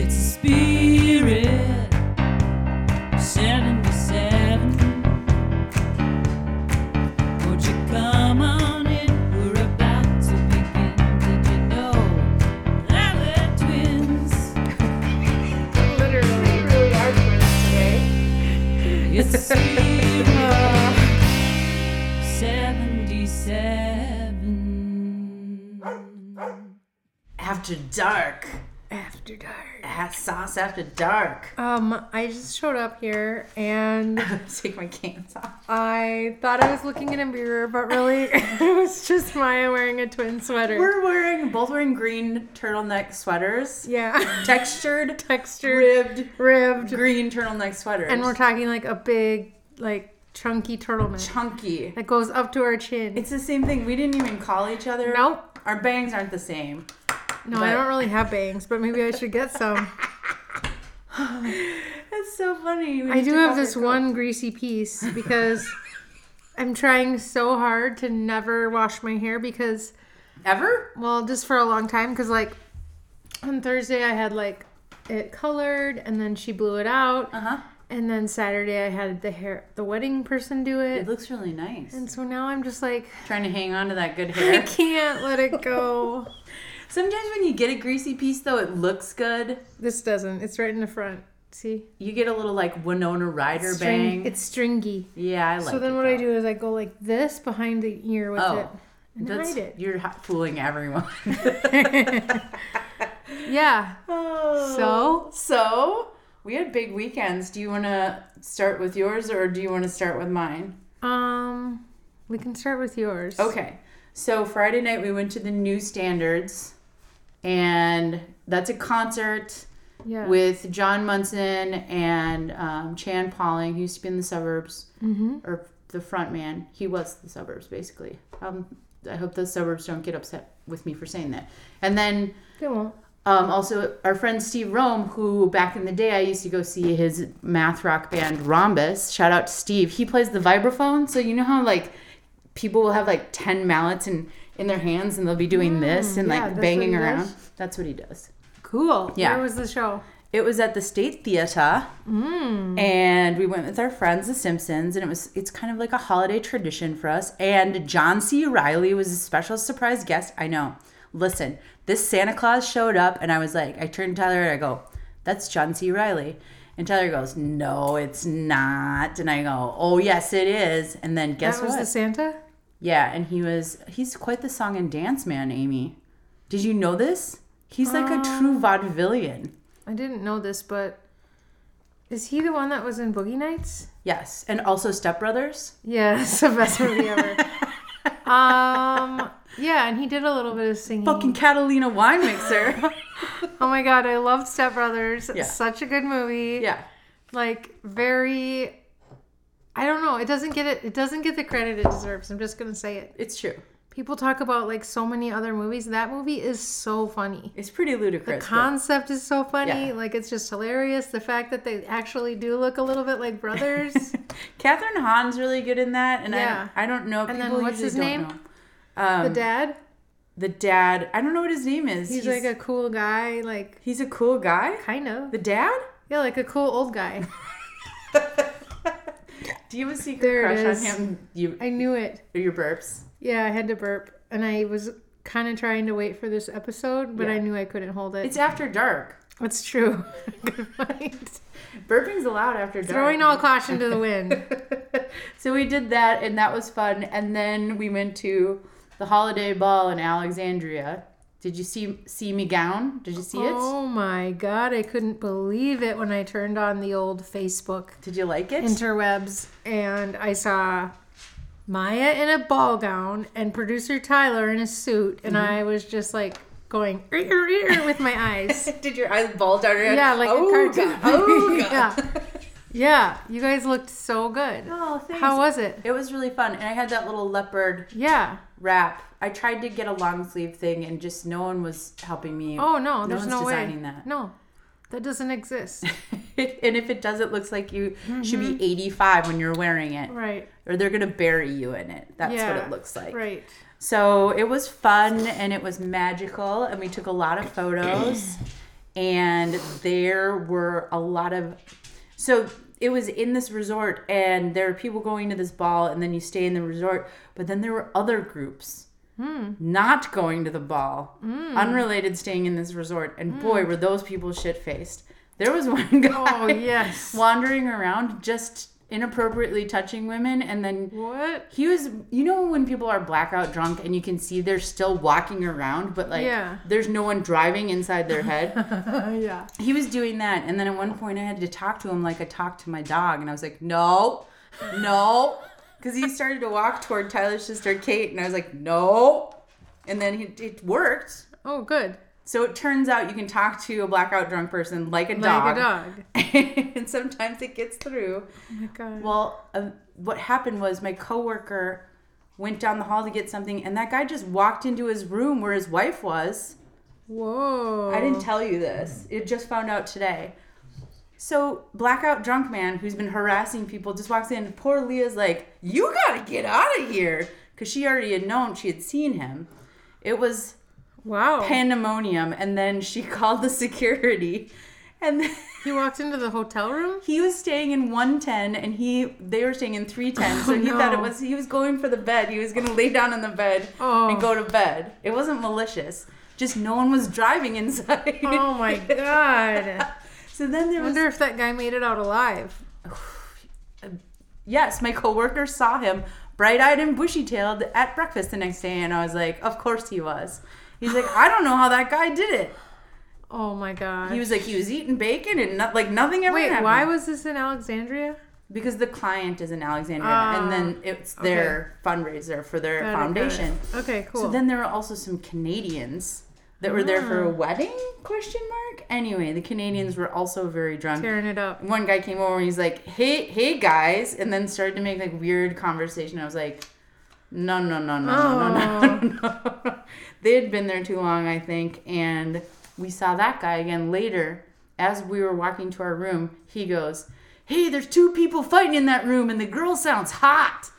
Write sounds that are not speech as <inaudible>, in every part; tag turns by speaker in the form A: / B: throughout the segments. A: It's a spirit 77. Would you come on in? We're about to begin. Did you know that we're twins?
B: Literally, really are twins today.
A: It's a
B: <laughs>
A: spirit 77.
C: After dark.
B: After dark.
C: Hot sauce
B: <laughs>
C: after dark.
B: Um, I just showed up here and
C: Take my cans off.
B: I thought I was looking in a mirror, but really <laughs> it was just Maya wearing a twin sweater.
C: We're wearing both wearing green turtleneck sweaters.
B: yeah.
C: Textured,
B: Textured,
C: ribbed,
B: ribbed,
C: green turtleneck sweaters.
B: and we're talking like a big, like chunky turtleneck
C: chunky.
B: that goes up to our chin.
C: It's the same thing. We didn't even call each other.
B: Nope.
C: Our bangs aren't the same.
B: No, I don't really have bangs, but maybe I should get some.
C: That's so funny. We
B: I
C: just
B: do
C: took
B: have
C: off
B: this
C: our coat.
B: one greasy piece
C: <laughs>
B: because I'm trying so hard to never wash my hair because
C: Ever?
B: Well, just for a long time, because like on Thursday I had like it colored, and then she blew it out,
C: Uh huh.
B: and then Saturday I had the hair, the wedding person do
C: It
B: it,
C: looks really nice.
B: and so now I'm just like <laughs>
C: Trying to hang on to that good
B: I
C: hair.
B: can't let it
C: <laughs>
B: go.
C: Sometimes when you get a greasy piece, though, it looks good.
B: this doesn't. It's right in the front. See,
C: You get a little like Winona Ryder
B: String-
C: bang.
B: It's stringy.
C: yeah, I like.
B: so then
C: it,
B: what I
C: though.
B: do is I go like this behind the ear with
C: Oh,
B: it. And
C: That's,
B: hide it.
C: You're ha- fooling everyone. <laughs>
B: Yeah.
C: Oh.
B: So?
C: so we had big weekends. Do you want to start with yours or do you want to start with mine?
B: Um, we can start with yours.
C: Okay. So Friday night we went to the New Standards, and that's a concert
B: Yeah.
C: with John Munson and um, Chan Pauling. He used to be in the suburbs, or the front man. He was the suburbs, basically. Um, I hope the suburbs don't get upset with me for saying that. And then
B: It won't.
C: um, also, our friend Steve Rome, who back in the day I used to go see his math rock band Rhombus. Shout out to Steve. He plays the vibraphone. So you know how like people will have like ten mallets in in their hands and they'll be doing this and
B: yeah, that's
C: like
B: what
C: banging
B: he
C: around.
B: does.
C: That's what he does.
B: Cool.
C: Yeah.
B: Where was the show?
C: It was at the State Theater,
B: Mm.
C: and we went with our friends, the Simpsons, and it was it's kind of like a holiday tradition for us. And John C. Riley was a special surprise guest. I know. Listen, this Santa Claus showed up, and I was like, I turned to Tyler and I go, "That's John C. Riley," and Tyler goes, "No, it's not," and I go, "Oh yes, it is." And then guess
B: That was
C: what?
B: the Santa?
C: yeah, and he was he's quite the song and dance man, Amy. Did you know this? He's like
B: Um,
C: a true vaudevillian.
B: I didn't know this, but is he the one that was in Boogie Nights?
C: Yes, and also Step Brothers.
B: Yeah, <laughs> it's the best movie
C: <laughs>
B: ever. um, yeah, and he did a little bit of singing.
C: Fucking Catalina
B: <laughs>
C: wine mixer.
B: Oh my god, I loved Step Brothers.
C: Yeah.
B: Such a good movie.
C: yeah,
B: Like very I don't know, it doesn't get it it doesn't get the credit it deserves. I'm just going to say it.
C: it's true.
B: People talk about like so many other movies. That movie is so funny.
C: It's pretty ludicrous. but-
B: concept is so funny.
C: Yeah.
B: Like it's just hilarious. The fact that they actually do look a little bit like brothers.
C: <laughs> Catherine Hahn's really good in that, and
B: Yeah.
C: I, I don't know.
B: And then
C: people
B: what's
C: usually
B: his
C: don't
B: name?
C: know. Um,
B: the dad.
C: the dad. I don't know what his name is.
B: He's, like a cool guy, like
C: he's a cool guy.
B: kind of. <laughs>
C: The dad.
B: Yeah, like a cool old guy.
C: <laughs> Do you have a secret
B: There it
C: crush on
B: is.
C: him? You
B: I knew it.
C: your burps.
B: Yeah, I had to burp and I was kind of trying to wait for this episode, but I
C: Yeah.
B: knew I couldn't hold it.
C: It's after dark.
B: That's true. <laughs> Good point.
C: Burping's allowed after dark.
B: Throwing all caution to the
C: <laughs>
B: wind.
C: so we did that, and that was fun. And then we went to the holiday ball in Alexandria. Did you see see me gown? Did you see it?
B: Oh my god, I couldn't believe it when I turned on the old Facebook
C: Did you like it?
B: interwebs and I saw Maya in a ball gown and producer Tyler in a suit and
C: Mm-hmm.
B: I was just like going "Er, er, er," with my
C: <laughs>
B: eyes. <laughs>
C: Did your eyes bulge out? your head?
B: Yeah, like
C: oh,
B: a cartoon.
C: <laughs> God. Oh,
B: <laughs>
C: God.
B: yeah. Yeah, you guys looked so good.
C: Oh, thanks.
B: How was it?
C: it was really fun, and I had that little leopard
B: Yeah.
C: wrap. I tried to get a long sleeve thing, and just no one was helping me.
B: Oh no, there's
C: one's
B: no way.
C: designing that. <laughs>
B: No. That doesn't exist.
C: and if it does, it looks like you should be 85 when you're wearing it.
B: Mm-hmm. Right.
C: It or they're gonna bury you in it. That's what it looks like.
B: Right.
C: <laughs> So it was fun and it was magical, and we took a lot of photos. and there were a lot of. So it was in this resort, and there are people going to this ball, and then you stay in the resort. But then there were other groups
B: Hmm.
C: not going to the ball, unrelated, staying in this resort. And boy, were those people shit faced. There was <laughs> one guy
B: Hmm. Oh yes.
C: wandering around just inappropriately touching women and then <laughs>
B: what?
C: he was, you know, when people are blackout drunk and you can see they're still walking around, but like
B: Yeah.
C: there's no one driving
B: <laughs>
C: inside their head.
B: yeah.
C: he was doing that. And then at one point I had to talk to him like I talked to my dog. And I was like, no,
B: <laughs>
C: no. Because he started to walk toward Tyler's sister Kate. And I was like, no. And then he, it worked.
B: Oh, good.
C: So it turns out you can talk to a blackout drunk person like a
B: Like
C: dog.
B: a dog.
C: <laughs> and sometimes it gets through.
B: Oh my god.
C: Well, um, what happened was my coworker went down the hall to get something, and that guy just walked into his room where his wife was.
B: Whoa.
C: I didn't tell you this. It just found out today. So blackout drunk man who's been harassing people just walks in. Poor Leah's like, "You gotta get out of here," because she already had known she had seen him. It was
B: Wow.
C: pandemonium, and then she <laughs> called the security, and then.
B: he walked into the hotel room.
C: he was staying in 110 and he they were staying in 310 so
B: Oh,
C: he thought it
B: no.
C: was he was going for the bed he was going to lay down on the bed
B: Oh.
C: and go to bed it wasn't malicious just no one was driving inside
B: Oh
C: <laughs>
B: my god.
C: so then there
B: I
C: was
B: wonder if that guy made it out alive.
C: <sighs> yes my coworker saw him bright-eyed and bushy-tailed at breakfast the next day and i was like of course he was he's
B: <gasps>
C: like i don't know how that guy did it
B: Oh my god.
C: he was like he was eating bacon and not, like nothing ever
B: Wait,
C: happened.
B: why was this in Alexandria?
C: because the client is in alexandria
B: Ah,
C: and then it's their fundraiser for their
B: Got it, got
C: foundation
B: it. Okay, cool.
C: So then there were also some Canadians that were there
B: Ah.
C: for a wedding? Question mark. Anyway, the Canadians
B: Mm.
C: were also very drunk.
B: tearing it up.
C: One guy came over and he's like, "Hey, hey guys," and then started to make like weird conversation. I was like, "No, no, no, no, <laughs> no, no, no, no." they had been there too long, I think, and we saw that guy again later as we were walking to our room. He goes, "Hey, there's two people fighting in that room, and the girl sounds hot."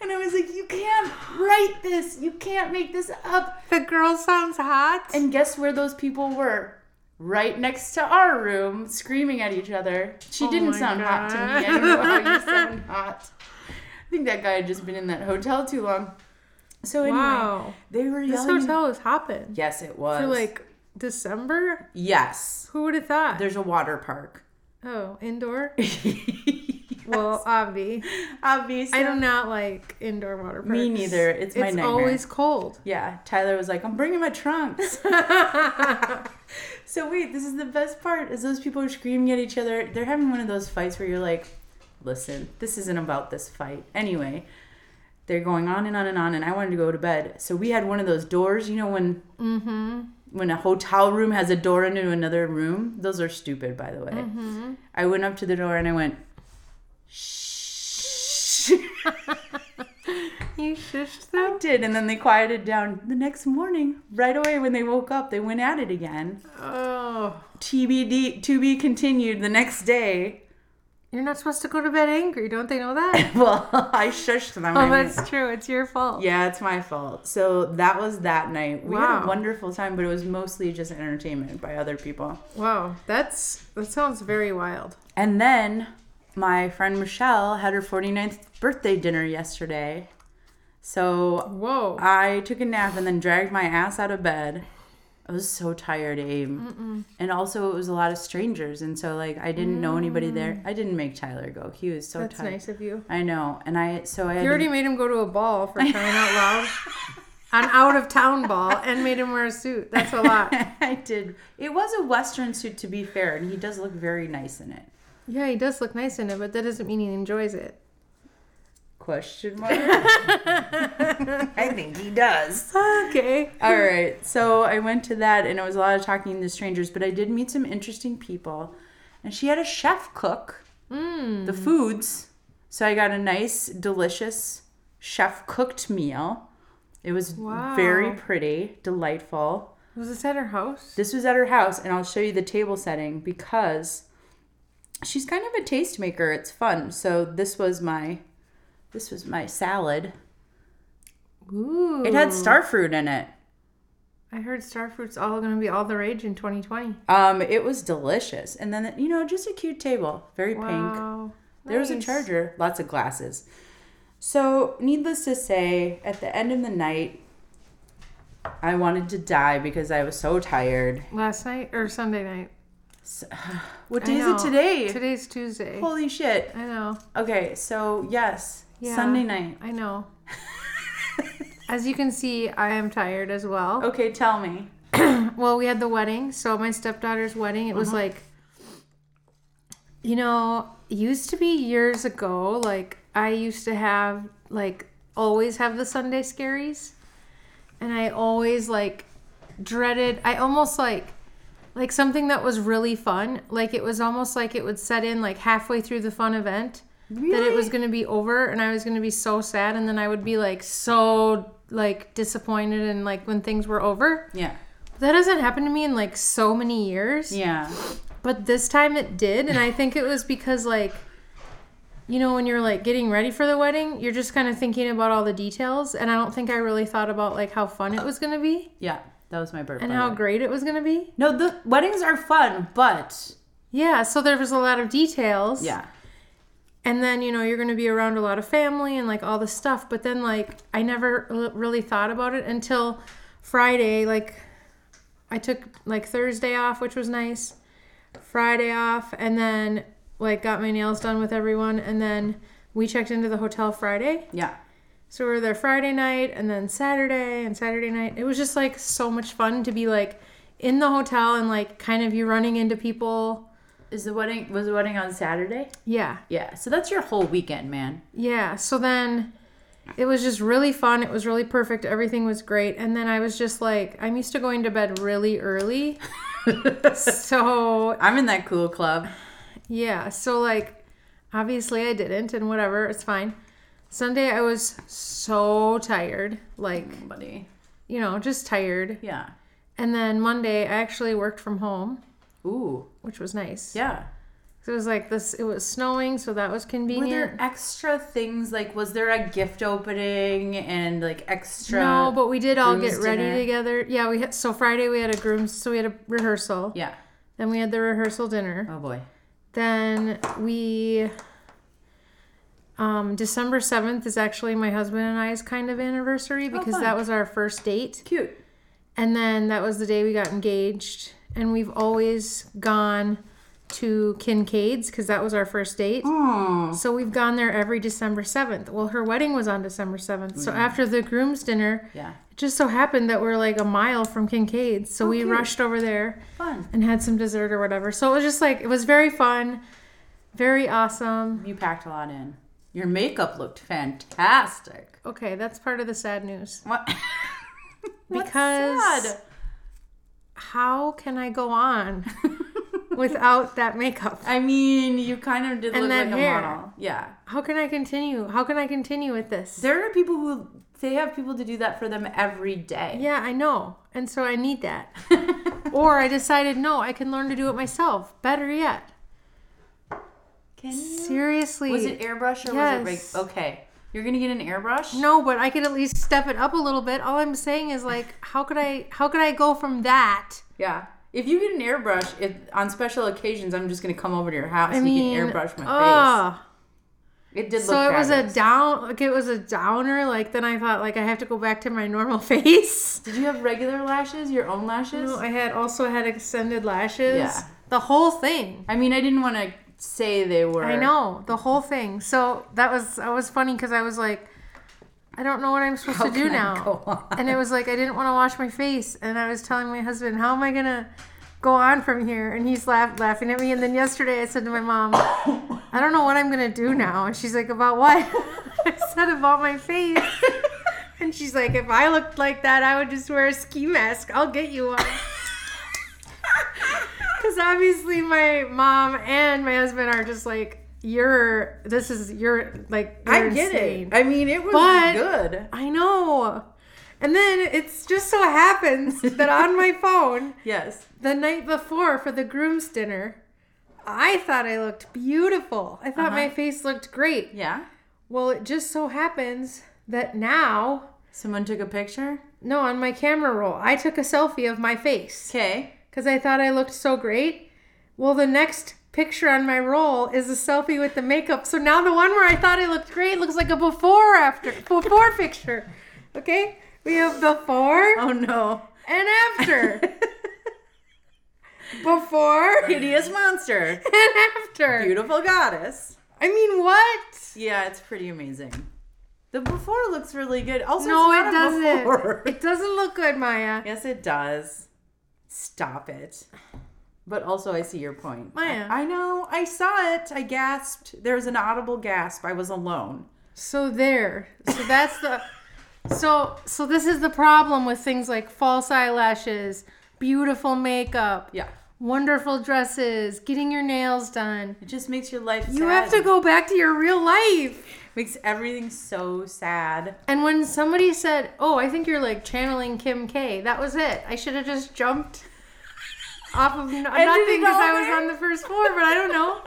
C: And I was like, you can't write this. You can't make this up.
B: <laughs> The girl sounds hot.
C: And guess where those people were? Right next to our room, screaming at each other. She
B: Oh
C: didn't
B: my
C: sound hot to me. I
B: God. <laughs>
C: don't know how you sound hot. I think that guy had just been in that hotel too long. So anyway,
B: wow.
C: they were
B: This
C: yelling.
B: hotel is hopping.
C: yes, it was.
B: For like December?
C: yes,
B: Who would have thought?
C: there's a water
B: <laughs>
C: park.
B: Oh, indoor? Well,
C: <laughs>
B: obvi.
C: Obviously,
B: I do not like indoor water parks.
C: Me neither. It's my
B: it's
C: nightmare.
B: always
C: <laughs>
B: cold. <laughs>
C: Yeah, Tyler was like, "I'm bringing my trunks." so wait, this is the best part: is those people are screaming at each other. They're having one of those fights where you're like, "Listen, this isn't about this fight." Anyway, they're going on and on and on, and I wanted to go to bed. So we had one of those doors, you know, when when a hotel room has a door into another room. Those are stupid, by the way. I went up to the door and I went, "Shh." <laughs>
B: You shushed
C: I
B: them?
C: did, and then they quieted down the next morning. Right away, when they woke up, they went at it again.
B: Oh.
C: TBD, to be continued the next day. <laughs>
B: You're not supposed to go to bed angry. Don't they know that?
C: Well, I shushed them. I
B: oh,
C: mean,
B: that's true. It's your fault.
C: yeah, it's my fault. So that was that night. We had a
B: Wow.
C: wonderful time, but it was mostly just entertainment by other people.
B: Wow. That's that sounds very wild.
C: And then my friend Michelle had her 49th birthday dinner yesterday. So
B: Whoa.
C: I took a nap and then dragged my ass out of bed. I was so tired, Abe. And also, it was a lot of strangers. And so, like, I didn't know anybody there. I didn't make Tyler go. He was so
B: Mm. that's
C: tired.
B: nice of you.
C: I know. And I, so I, had
B: You
C: to-
B: already made him go to a ball <laughs> for crying out loud. An out of town ball and made him wear a suit. That's a <laughs> lot.
C: <laughs> I did. It was a Western suit, to be fair. And he does look very nice in it.
B: Yeah, he does look nice in it, but that doesn't mean he enjoys it.
C: Question mark? <laughs> I think he does.
B: Okay.
C: All right. So I went to that, and it was a lot of talking to strangers, but I did meet some interesting people. And she had a chef cook the foods. So I got a nice, delicious chef cooked meal. It was very
B: Wow.
C: pretty, delightful.
B: Was this at her house?
C: This was at her house, and I'll show you the table setting because she's kind of a tastemaker. It's fun. So this was my this was my salad.
B: Ooh.
C: It had starfruit in it.
B: I heard starfruit's all going to be all the rage in 2020.
C: Um, it was delicious. And then you know, just a cute table, very pink.
B: Wow.
C: There was a
B: Nice.
C: charger, lots of glasses. So, needless to say, at the end of the night, I wanted to die because I was so tired.
B: Last night or Sunday night?
C: <sighs> What
B: I
C: day is
B: know.
C: it today?
B: Today's Tuesday.
C: Holy shit.
B: I know.
C: Okay, so yes,
B: Yeah.
C: Sunday night.
B: I
C: <laughs>
B: know. As you can see, I am tired as well.
C: Okay, tell me.
B: <laughs> Well, we had the wedding. So my stepdaughter's wedding, it was like, you know, used to be years ago. Like I used to have, like, always have the Sunday scaries, and I always like dreaded. I almost like. Like something that was really fun. Like it was almost like it would set in like halfway through the fun event that it was going to be over and I was going to be so sad and then I would be like so like disappointed and like when things were over.
C: Yeah.
B: That hasn't happened to me in like so many years.
C: Yeah.
B: But this time it did. And I think it was because, like, you know, when you're like getting ready for the wedding, you're just kind of thinking about all the details. And I don't think I really thought about like how fun it was going to be
C: Yeah. That was my birthday.
B: and how great it was going to be.
C: No, the weddings are fun, but
B: Yeah. So there was a lot of details.
C: yeah.
B: And then, you know, you're going to be around a lot of family and like all this stuff. But then, like, I never l- really thought about it until Friday. Like, I took like Thursday off, which was nice. Friday off, and then like got my nails done with everyone. And then we checked into the hotel Friday.
C: Yeah.
B: So we were there Friday night and then Saturday and Saturday night. It was just like so much fun to be like in the hotel and like kind of you running into people.
C: Is the wedding was the wedding on Saturday?
B: Yeah.
C: Yeah. So that's your whole weekend, man.
B: Yeah. So then it was just really fun. It was really perfect. Everything was great. And then I was just like, I'm used to going to bed really
C: <laughs>
B: early. so,
C: I'm in that cool club.
B: yeah. So, like, obviously I didn't, and whatever. It's fine. Sunday, I was so tired. Like,
C: Buddy.
B: you know, just tired.
C: Yeah.
B: And then Monday, I actually worked from home,
C: Ooh.
B: which was nice.
C: Yeah.
B: So it was like this, it was snowing, so that was
C: Were
B: convenient.
C: there extra things like was there a gift opening and like extra
B: No, but we did all
C: uh, groom's
B: get ready
C: dinner.
B: together. Yeah, we had so Friday we had a groom, so we had a rehearsal.
C: Yeah.
B: Then we had the rehearsal dinner.
C: Oh boy.
B: Then we um December 7th is actually my husband and I's kind of anniversary because
C: Oh, fun.
B: that was our first date.
C: Cute.
B: And then that was the day we got engaged and we've always gone to Kincaid's because that was our first date.
C: Oh.
B: So we've gone there every December 7th. Well, her wedding was on December 7th.
C: Mm-hmm.
B: So after the groom's dinner,
C: Yeah.
B: it just so happened that we're like a mile from Kincaid's, so we
C: cute.
B: rushed over there
C: Fun.
B: and had some dessert or whatever. So it was just like it was very fun, very awesome.
C: You packed a lot in. Your makeup looked fantastic.
B: Okay, that's part of the sad news.
C: <laughs> What? What's
B: Because-
C: sad? <laughs>
B: How can I go on without that makeup?
C: I mean, you kind of did
B: And
C: look
B: that
C: like
B: hair.
C: a model. Yeah.
B: How can I continue? How can I continue with this?
C: There are people who they have people to do that for them every day.
B: Yeah, I know. And so I need that.
C: <laughs>
B: or I decided no, I can learn to do it myself. Better yet.
C: Can you?
B: Seriously.
C: Was it airbrush or was
B: Yes.
C: it rake? Okay. You're gonna get an airbrush?
B: No, but I could at least step it up a little bit. All I'm saying is like, how could I how could I go from that?
C: Yeah. If you get an airbrush, if on special occasions, I'm just gonna come over to your house
B: I
C: and
B: mean,
C: you can airbrush my
B: ugh.
C: face. It did look.
B: So it was a
C: fabulous.
B: down like it was a downer. Like then I thought like I have to go back to my normal <laughs> face.
C: Did you have regular lashes? Your own lashes?
B: No, I had also had extended lashes.
C: Yeah.
B: The whole thing.
C: I mean, I didn't want to say they were.
B: I know the whole thing. So that was that was funny because I was like, I don't know what I'm supposed to do
C: can I
B: now.
C: go <laughs> on?
B: And it was like I didn't want to wash my face, and I was telling my husband, how am I gonna go on from here? And he's laugh, laughing at me. And then yesterday I said to my mom, I don't know what I'm gonna do now. And she's like, about what? <laughs> I said about my face. <laughs> And she's like, if I looked like that, I would just wear a ski mask. I'll get you one. <laughs> Because obviously, my mom and my husband are just like, you're, this is, you're like, you're
C: I get
B: insane.
C: it. I mean, it was
B: But-
C: good.
B: I know. And then it's just so happens that on my phone,
C: Yes.
B: the night before for the groom's dinner, I thought I looked beautiful. I thought my face looked great.
C: Yeah.
B: Well, it just so happens that now,
C: Someone took a picture.
B: no, on my camera roll, I took a selfie of my face
C: Okay.
B: because I thought I looked so great. Well, the next picture on my roll is a selfie with the makeup. So now the one where I thought I looked great looks like a before after before picture. Okay? We have before
C: <laughs> Oh no.
B: and <laughs> after. Before and
C: <laughs> Hideous monster.
B: after.
C: Beautiful goddess.
B: I mean, what?
C: Yeah, it's pretty amazing. The before looks really good. Also,
B: No,
C: it's
B: it
C: not a
B: doesn't.
C: before. <laughs>
B: It doesn't look good, Maya.
C: yes, it does. Stop it. But also, I see your point.
B: Maya.
C: I, I know. I saw it. I gasped. There was an audible gasp. I was alone.
B: So there. So that's the. So so this is the problem with things like false eyelashes, beautiful makeup,
C: Yeah.
B: wonderful dresses, getting your nails done.
C: It just makes your life
B: You have to go back to your real life.
C: Makes everything so sad.
B: And when somebody said, "Oh, I think you're like channeling Kim K," that was it. I should have just jumped off of no- nothing because
C: all
B: I was
C: there?
B: on the first floor, but I don't know.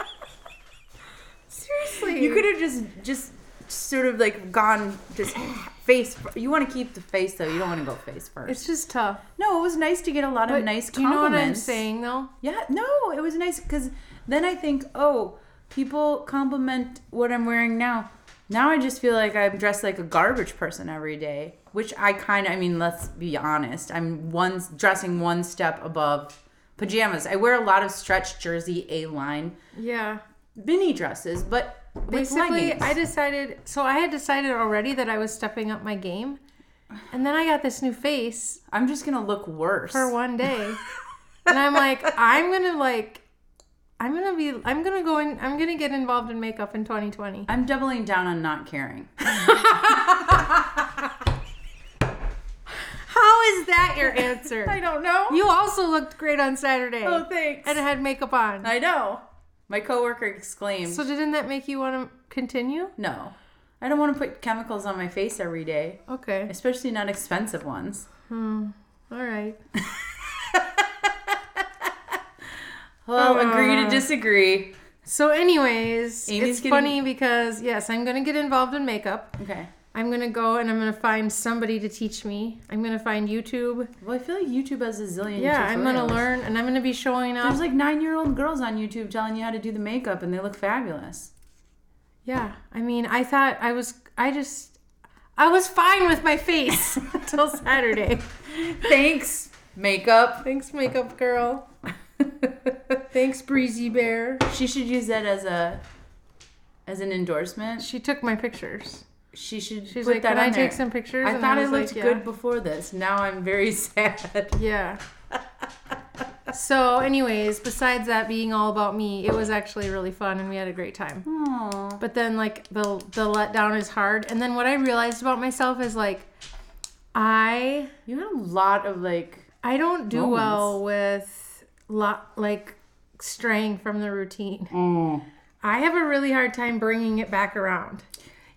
B: Seriously,
C: You could have just just sort of like gone just face. fir- You want to keep the face though. You don't want to go face first.
B: It's just tough.
C: no, it was nice to get a lot of
B: But
C: nice compliments.
B: do you know what I'm saying though?
C: Yeah, no, it was nice because then I think, oh, people compliment what I'm wearing now. Now I just feel like I'm dressed like a garbage person every day, which I kind of, I mean, let's be honest. I'm one dressing one step above pajamas. I wear a lot of stretch jersey A line
B: Yeah.
C: mini dresses, but
B: Basically,
C: basically,
B: I decided. So I had decided already that I was stepping up my game, and then I got this new face
C: I'm just gonna look worse.
B: for one
C: <laughs>
B: day, and I'm like, I'm gonna like, I'm gonna be, I'm gonna go in, I'm gonna get involved in makeup in 2020.
C: I'm doubling down on not <laughs> caring.
B: How is that
C: <laughs>
B: your answer?
C: don't know.
B: you also looked great on Saturday
C: oh, thanks.
B: and had makeup on.
C: I know. My coworker exclaimed.
B: So didn't that make you want to continue?
C: No. I don't want to put chemicals on my face every day,
B: Okay.
C: especially not expensive ones.
B: All right.
C: Well, Oh, agree to disagree.
B: So, anyways,
C: Amy's
B: it's
C: getting-
B: funny because yes, I'm gonna get involved in makeup.
C: Okay.
B: I'm gonna go and I'm gonna find somebody to teach me. I'm gonna find YouTube.
C: Well, I feel like YouTube has a zillion.
B: Yeah, I'm gonna
C: tutorials.
B: learn and I'm gonna be showing up.
C: There's like nine-year-old girls on YouTube telling you how to do the makeup, and they look fabulous.
B: yeah, I mean, I thought I was, I just, I was fine with my face <laughs> until Saturday.
C: <laughs> Thanks, makeup.
B: Thanks, makeup girl.
C: <laughs>
B: Thanks, Breezy Bear.
C: She should use that as a as an endorsement.
B: She took my pictures.
C: She should
B: She's
C: put
B: like,
C: that
B: "Can
C: on
B: I
C: there.
B: take some pictures?"
C: I
B: And
C: thought I,
B: was like,
C: looked
B: "Yeah."
C: good before this. Now I'm very <laughs> sad.
B: Yeah. so, anyways, besides that being all about me, it was actually really fun and we had a great time.
C: Aww.
B: But then, like, the, the letdown is hard. And then what I realized about myself is, like, I
C: You had a lot of like.
B: I don't do well with lot like straying from the routine. I have a really hard time bringing it back around.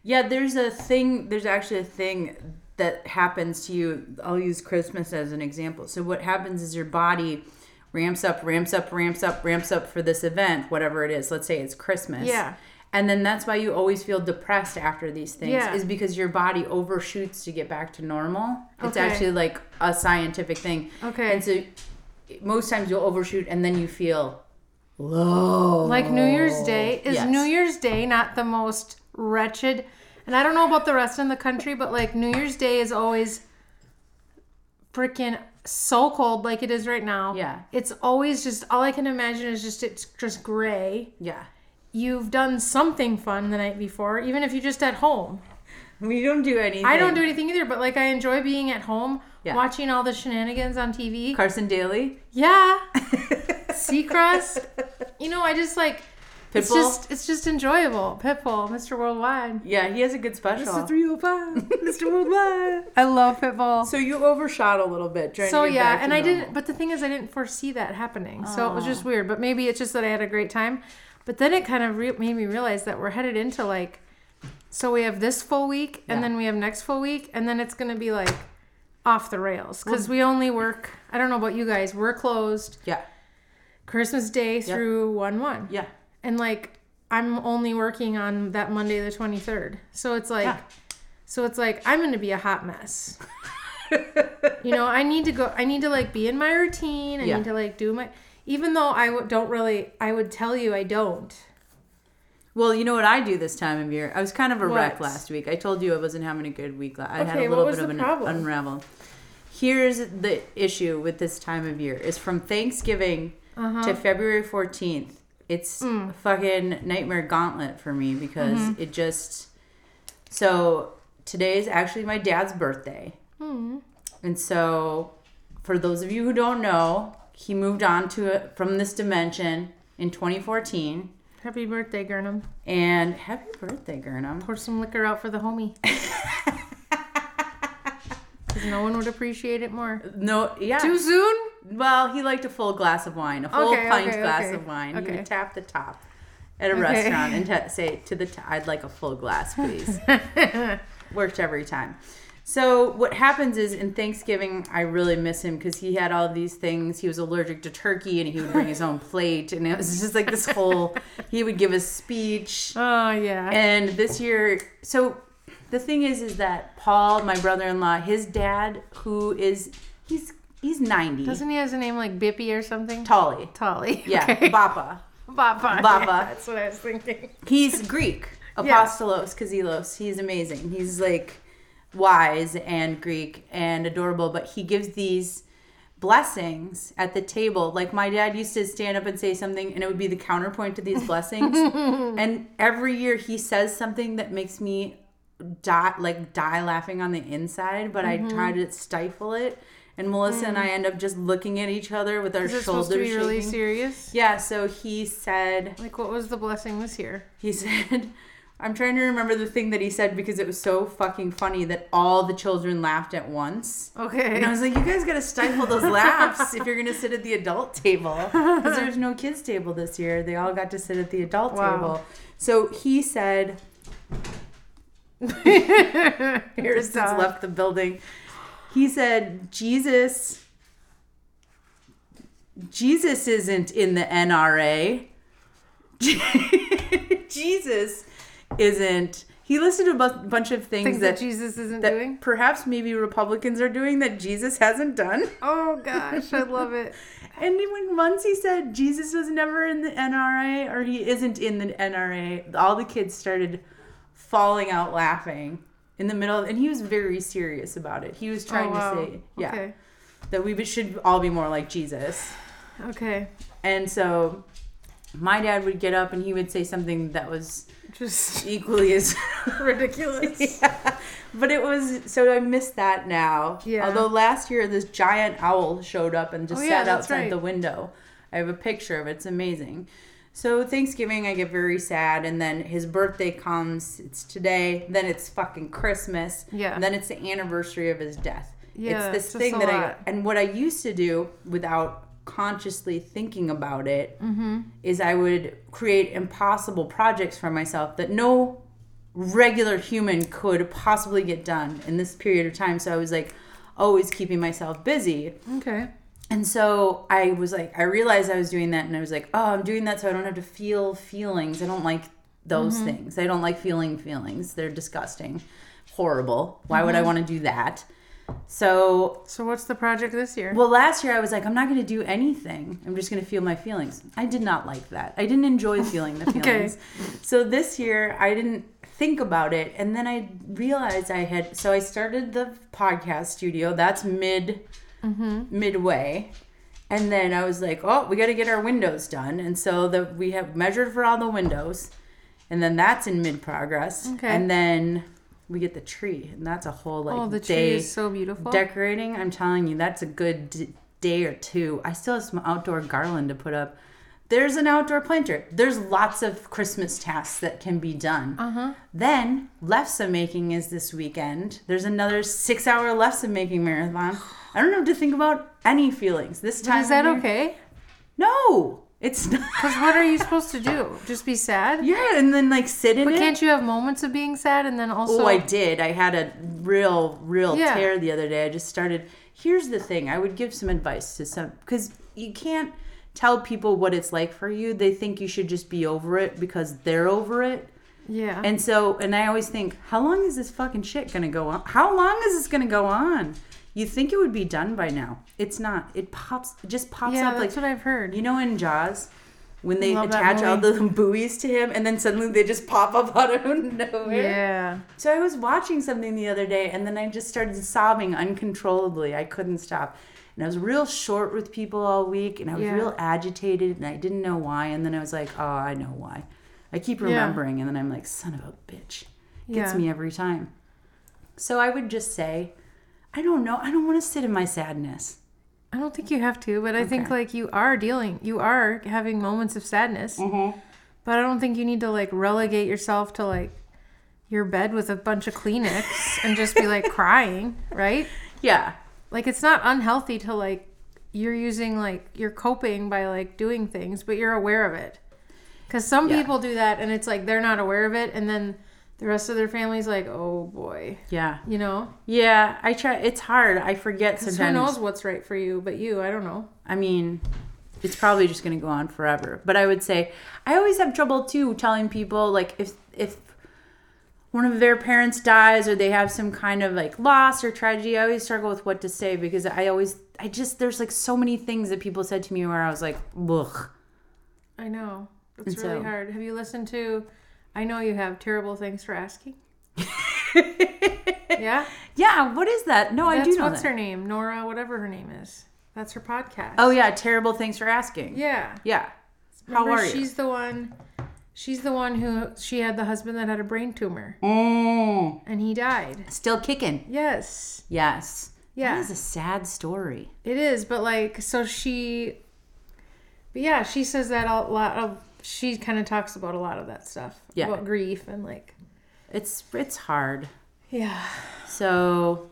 C: Yeah, there's a thing, there's actually a thing that happens to you. I'll use Christmas as an example. So, what happens is your body ramps up, ramps up, ramps up, ramps up for this event, whatever it is. Let's say it's Christmas.
B: Yeah.
C: And then that's why you always feel depressed after these things,
B: Yeah.
C: is because your body overshoots to get back to normal. It's
B: Okay.
C: actually like a scientific thing.
B: Okay.
C: And so, most times you'll overshoot and then you feel low.
B: Like New Year's Day is
C: Yes.
B: New Year's Day not the most wretched and I don't know about the rest of the country, but like New Year's Day is always freaking so cold like it is right now.
C: Yeah.
B: It's always just all I can imagine is just it's just gray.
C: Yeah.
B: You've done something fun the night before, even if you're just at home.
C: We don't do anything.
B: I don't do anything either, but like I enjoy being at home
C: Yeah.
B: watching all the shenanigans on TV.
C: Carson Daly. <laughs>
B: yeah. Seacrest. You know, I just like it's
C: Pitbull?
B: just it's just enjoyable. Pitbull, Mr. Worldwide.
C: Yeah, he has a oh good special.
B: 305. <laughs> Mr. Worldwide. I love Pitbull.
C: So you overshot a little bit during.
B: So yeah, and I didn't but the thing is I didn't foresee that happening. So it was
C: Oh.
B: just weird, but maybe it's just that I had a great time. But then it kind of re- made me realize that we're headed into like so we have this full week and
C: Yeah.
B: then we have next full week and then it's going to be like off the rails cuz we only work I don't know about you guys, we're closed
C: Yeah,
B: Christmas Day through 1 1.
C: Yeah.
B: And like, I'm only working on that Monday, the 23rd. So it's like,
C: Yeah.
B: so it's like, I'm going to be a hot mess. you know, I need to go, I need to like be in my routine. I
C: Yeah.
B: need to like do my, even though I w- don't really, I would tell you I don't.
C: Well, you know what I do this time of year? I was kind of a wreck
B: What?
C: last week. I told you I wasn't having a good week. la- I had
B: Okay, what
C: a little
B: was
C: bit of
B: the
C: an
B: problem?
C: unravel. Here's the issue with this time of year is from Thanksgiving
B: Uh-huh.
C: to February 14th. It's
B: Hmm.
C: a fucking nightmare gauntlet for me because
B: Mm-hmm.
C: it just so today is actually my dad's birthday.
B: Hmm.
C: And so, for those of you who don't know, he moved on to from this dimension in 2014.
B: Happy birthday, Gurnham.
C: And happy birthday, Gurnham.
B: Pour some liquor out for the
C: <laughs>
B: homie. Because no one would appreciate it more.
C: No, yeah.
B: Too soon?
C: Well, he liked a full glass of wine, a full
B: Okay,
C: pint
B: okay,
C: glass
B: okay,
C: of wine. He
B: okay.
C: would tap the top at a
B: Okay. <laughs>
C: restaurant and ta say to the top, "I'd like a full glass, please." Worked every time. So what happens is in Thanksgiving, I really miss him because he had all these things. He was allergic to turkey, and he would bring his own plate, and it was just like this whole. He would give a speech.
B: Oh, yeah.
C: And this year, so the thing is, is that Paul, my brother-in-law, his dad, who is he's he's 90
B: Doesn't he has a name like Bippy or something?
C: Tolly,
B: Tolly.
C: yeah,
B: Okay.
C: Bappa.
B: Bappa. <laughs>
C: Bappa.
B: that's what I was thinking.
C: He's
B: <laughs>
C: Greek, Apostolos, Kazilos. He's amazing. He's like wise and Greek and adorable, but he gives these blessings at the table. Like my dad used to stand up and say something, and it would be the counterpoint to these
B: <laughs>
C: blessings. and every year he says something that makes me die, like die laughing on the inside, but
B: Mm-hmm.
C: I try to stifle it. And Melissa and I end up just looking at each other with our
B: Mm. Is it
C: shoulders
B: supposed to be really
C: shaking.
B: serious?
C: Yeah, so he said
B: Like, what was the blessing this year?
C: he <laughs> said, I'm trying to remember the thing that he said because it was so fucking funny that all the children laughed at once. And I
B: <laughs> Okay.
C: was like, you guys gotta
B: <laughs>
C: stifle those laughs if you're gonna sit at the adult table. Because there's no kids' table this year. They all got to sit at the adult
B: Wow.
C: table. So he said, Harrison's
B: dog.
C: left the building. He said, Jesus, Jesus isn't in the NRA. <laughs> Jesus isn't. He listed a bu- bunch of things,
B: Things
C: that,
B: that Jesus isn't
C: that
B: doing?
C: perhaps maybe Republicans are doing that Jesus hasn't done.
B: Oh, gosh. I love <laughs> it. Oh,
C: And when once he said Jesus was never in the NRA or he isn't in the NRA, all the kids started falling out laughing in the middle. Of, and he was very serious about it. He was trying
B: oh, wow.
C: to say, yeah,
B: Okay.
C: that we should all be more like Jesus.
B: Okay.
C: And so my dad would get up and he would say something that was
B: <laughs> Just
C: equally as
B: ridiculous.
C: <laughs> Yeah. But it was so I miss that now.
B: Yeah.
C: Although last year this giant owl showed up and just
B: Oh, yeah,
C: sat
B: that's
C: outside
B: right.
C: the window. I have a picture of it. It's amazing. So Thanksgiving I get very sad and then his birthday comes. It's today. Then it's fucking Christmas.
B: Yeah.
C: And then it's the anniversary of his death.
B: Yeah,
C: it's
B: it's
C: this
B: just
C: thing
B: a
C: that
B: lot.
C: I and what I used to do without consciously thinking about it is
B: Mm-hmm.
C: I would create impossible projects for myself that no regular human could possibly get done in this period of time. So I was like always keeping myself busy.
B: Okay.
C: And so I was like, I realized I was doing that and I was like, oh, I'm doing that so I don't have to feel feelings. I don't like those
B: Mm-hmm.
C: things. I don't like feeling feelings. They're disgusting, horrible. Why would I
B: Mm-hmm.
C: want to do that? So
B: So, what's the project this year?
C: well, last year I was like, I'm not going to do anything. I'm just going to feel my feelings. I did not like that. I
B: <laughs>
C: didn't enjoy feeling the feelings. So this year I didn't think about it. And then I realized I had, so I started the podcast studio. That's mid,
B: Mm-hmm.
C: midway. And then I was like, oh, we got to get our windows done. And so the, we have measured for all the windows. And then that's in mid progress.
B: Okay.
C: And then we get the tree. And that's a whole like
B: oh, the tree
C: day
B: is so beautiful.
C: decorating i'm telling you that's a good d- day or two i still have some outdoor garland to put up there's an outdoor planter there's lots of christmas tasks that can be done uh-huh. then lefse making is this weekend there's another six hour lefse making marathon i don't have to think about any feelings this time
B: is that
C: of year-
B: okay?
C: no it's <laughs> not
B: Because what are you supposed to <laughs> do? Just be sad?
C: yeah and then like sit in
B: But
C: it
B: can't you have moments of being sad and then also
C: oh, I did. I had a real, real
B: Yeah.
C: tear the other day. I just started. Here's the thing I would give some advice to some, because you can't tell people what it's like for you, they think you should just be over it because they're over it.
B: Yeah.
C: And so, and I always think, how long is this fucking shit gonna go on? How long is this gonna go on? You think it would be done by now? It's not. It pops, it just pops
B: yeah,
C: up like
B: that's what I've heard.
C: you know in Jaws when they
B: Love that
C: attach all the buoys to him and then suddenly they just pop up out of <laughs> nowhere.
B: Yeah.
C: So I was watching something the other day and then I just started sobbing uncontrollably. I couldn't stop. And I was real short with people all week and I was
B: Yeah.
C: real agitated and I didn't know why. And then I was like, oh, I know why. I keep remembering and then I'm like, son of a bitch. Gets
B: Yeah.
C: me every time. So I would just say, I don't know. I don't want to sit in my sadness.
B: I don't think you have to, but I think
C: Okay.
B: like you are dealing, you are having moments of sadness.
C: Mm-hmm.
B: But I don't think you need to like relegate yourself to like your bed with a bunch of Kleenex and just be
C: <laughs>
B: like crying, right?
C: Yeah.
B: Like it's not unhealthy to like you're using like you're coping by like doing things, but you're aware of it. Cuz some
C: Yeah.
B: people do that and it's like they're not aware of it and then the rest of their family's like, "Oh boy."
C: Yeah.
B: You know?
C: Yeah, I try. It's hard. I forget
B: 'Cause
C: sometimes.
B: who knows what's right for you but you, I don't know.
C: I mean, it's probably just going to go on forever. But I would say I always have trouble too telling people like if if one of their parents dies or they have some kind of like loss or tragedy, I always struggle with what to say because I always I just there's like so many things that people said to me where I was like, ugh.
B: I know. It's
C: And
B: really
C: so-
B: hard. Have you listened to I know you have terrible things for
C: <laughs>
B: asking? yeah?
C: Yeah, what is that? No, I
B: That's
C: do know
B: what's
C: that.
B: her name? Nora, whatever her name is. That's her podcast.
C: Oh yeah, terrible. Thanks for asking.
B: yeah.
C: Yeah. How
B: Remember,
C: are you?
B: She's the one she's the one who she had the husband that had a brain tumor
C: Mm,
B: and he died.
C: still kicking.
B: Yes.
C: Yes.
B: Yeah.
C: That is a sad story.
B: It is, but like, so she, but yeah, she says that a lot of, she kind of talks about a lot of that stuff.
C: Yeah.
B: About grief and like,
C: It's it's hard.
B: yeah.
C: So,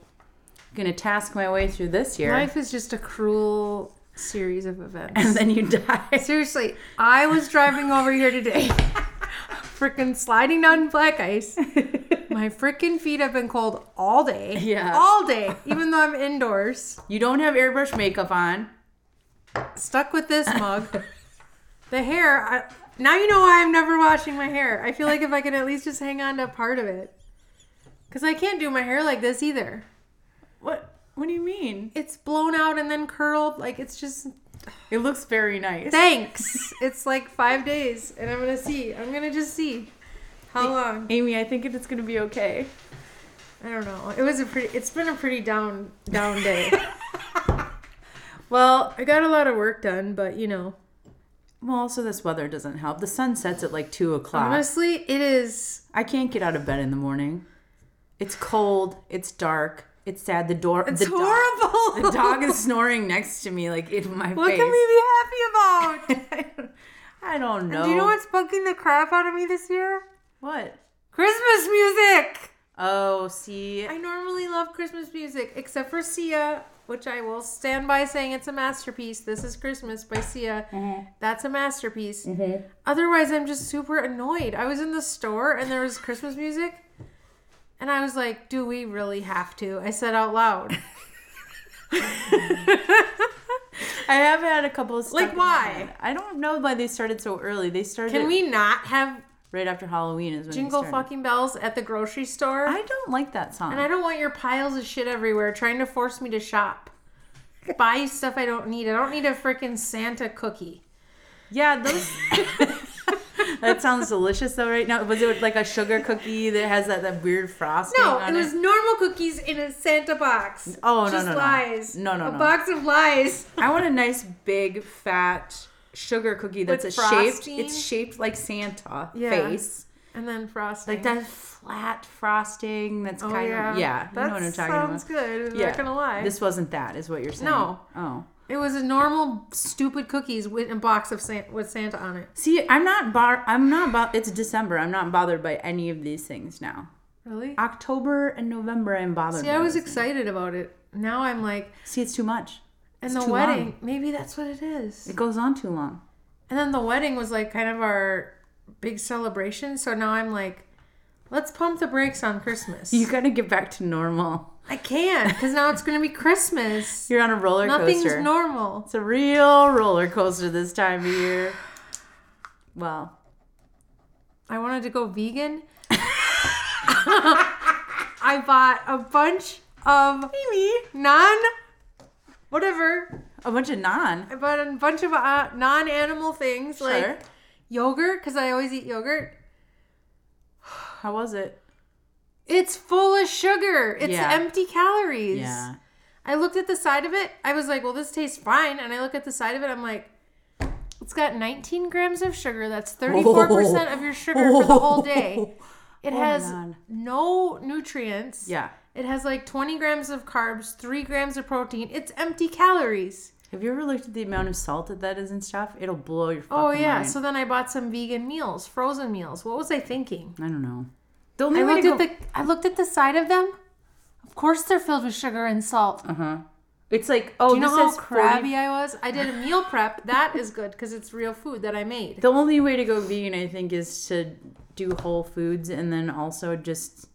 C: gonna task my way through this year,
B: Life is just a cruel series of events. <laughs>
C: <laughs> and then you die. <laughs>
B: Seriously, I was driving over here today, <laughs> freaking sliding down black ice. My freaking feet have been cold all day.
C: Yeah.
B: All day, even though I'm indoors,
C: You don't have airbrush makeup on.
B: stuck with this mug. The hair, I, now you know why I'm never washing my hair. I feel like if I could at least just hang on to part of it. Because I can't do my hair like this either.
C: What? What do you mean?
B: It's blown out and then curled. Like, it's just
C: It looks very nice.
B: Thanks. it's like five days, and I'm gonna see. I'm gonna just see how long.
C: Amy, I think it's gonna be okay.
B: I don't know. It was a pretty. It's been a pretty down down day.
C: <laughs> Well,
B: I got a lot of work done, but you know,
C: well, also this weather doesn't help. The sun sets at like two o'clock.
B: honestly, it is.
C: I can't get out of bed in the morning. It's cold. It's dark. It's sad. The door.
B: It's
C: the
B: horrible.
C: Dog, the
B: <laughs>
C: dog is snoring next to me, like in my
B: What
C: face.
B: can we be happy
C: <laughs>
B: about?
C: I don't know.
B: Do you know what's bugging the crap out of me this year?
C: What?
B: Christmas music.
C: Oh, see,
B: I normally love Christmas music, except for Sia, which I will stand by saying it's a masterpiece. This is Christmas by Sia. That's a masterpiece. Otherwise, I'm just super annoyed. I was in the store and there was Christmas music, and I was like, do we really have to? I said out loud.
C: I have had a couple of stuck
B: Like,
C: in my
B: why?
C: head. I don't know why they started so early. They started
B: Can we not have
C: right after Halloween is when
B: jingle
C: they started.
B: fucking bells at the grocery store?
C: I don't like that song.
B: and I don't want your piles of shit everywhere trying to force me to shop. Buy stuff I don't need. I don't need a freaking Santa cookie.
C: yeah,
B: <coughs>
C: those. that sounds delicious though. Right now, was it like a sugar cookie that has that, that weird frosting?
B: No, it
C: on
B: was normal cookies in a Santa box.
C: Oh, no,
B: Just
C: no, no.
B: lies.
C: No, no,
B: a
C: no.
B: box of lies.
C: I want a nice big fat sugar cookie that's
B: With
C: a shaped.
B: frosting?
C: It's shaped like Santa
B: Yeah.
C: face,
B: And then frosting.
C: like that flat frosting. That's
B: Oh,
C: kind
B: yeah.
C: of yeah.
B: That
C: you know what I'm talking
B: sounds
C: about.
B: good. I'm not gonna lie.
C: This wasn't that, is what you're saying.
B: No.
C: Oh.
B: it was a normal stupid cookies with a box of San- with Santa on it.
C: See, I'm not bar. I'm not. Bo- it's December. I'm not bothered by any of these things now.
B: Really?
C: October and November, I'm bothered.
B: See,
C: by
B: I was
C: those.
B: excited about it. Now I'm like,
C: See, it's too much.
B: and
C: It's
B: the
C: too
B: wedding.
C: long.
B: Maybe that's what it is.
C: It goes on too long. <laughs>
B: And then the wedding was like kind of our big celebration. So now I'm like, Let's pump the brakes on Christmas.
C: You gotta get back to normal.
B: I can't because now it's going to be Christmas.
C: <laughs> You're on a roller
B: Nothing's
C: coaster.
B: normal.
C: it's a real roller coaster this time of year. Well,
B: I wanted to go vegan. <laughs> I bought a bunch of
C: Amy,
B: non whatever.
C: a bunch of non.
B: I bought a bunch of uh, non animal things
C: Sure.
B: like yogurt because I always eat yogurt.
C: How was it?
B: It's full of sugar. It's
C: Yeah.
B: empty calories.
C: Yeah.
B: I looked at the side of it. I was like, well, this tastes fine. And I look at the side of it. I'm like, it's got 19 grams of sugar. That's 34% of your sugar for the whole
C: <laughs>
B: day. It has
C: on.
B: no nutrients.
C: Oh Yeah.
B: It has like 20 grams of carbs, 3 grams of protein. It's empty calories.
C: Have you ever looked at the amount of salt that that is and stuff? It'll blow your fucking
B: Oh, yeah.
C: mind.
B: So then I bought some vegan meals, frozen meals. What was I thinking?
C: I don't know. The only
B: I
C: way
B: looked
C: to
B: at
C: go,
B: the I looked at the side of them. Of course they're filled with sugar and salt.
C: it's like oh,
B: Do you know
C: this
B: how
C: has 40
B: crabby I was? I did a meal prep. That is good because it's real food that I made.
C: The only way to go vegan, I think, is to do whole foods and then also just.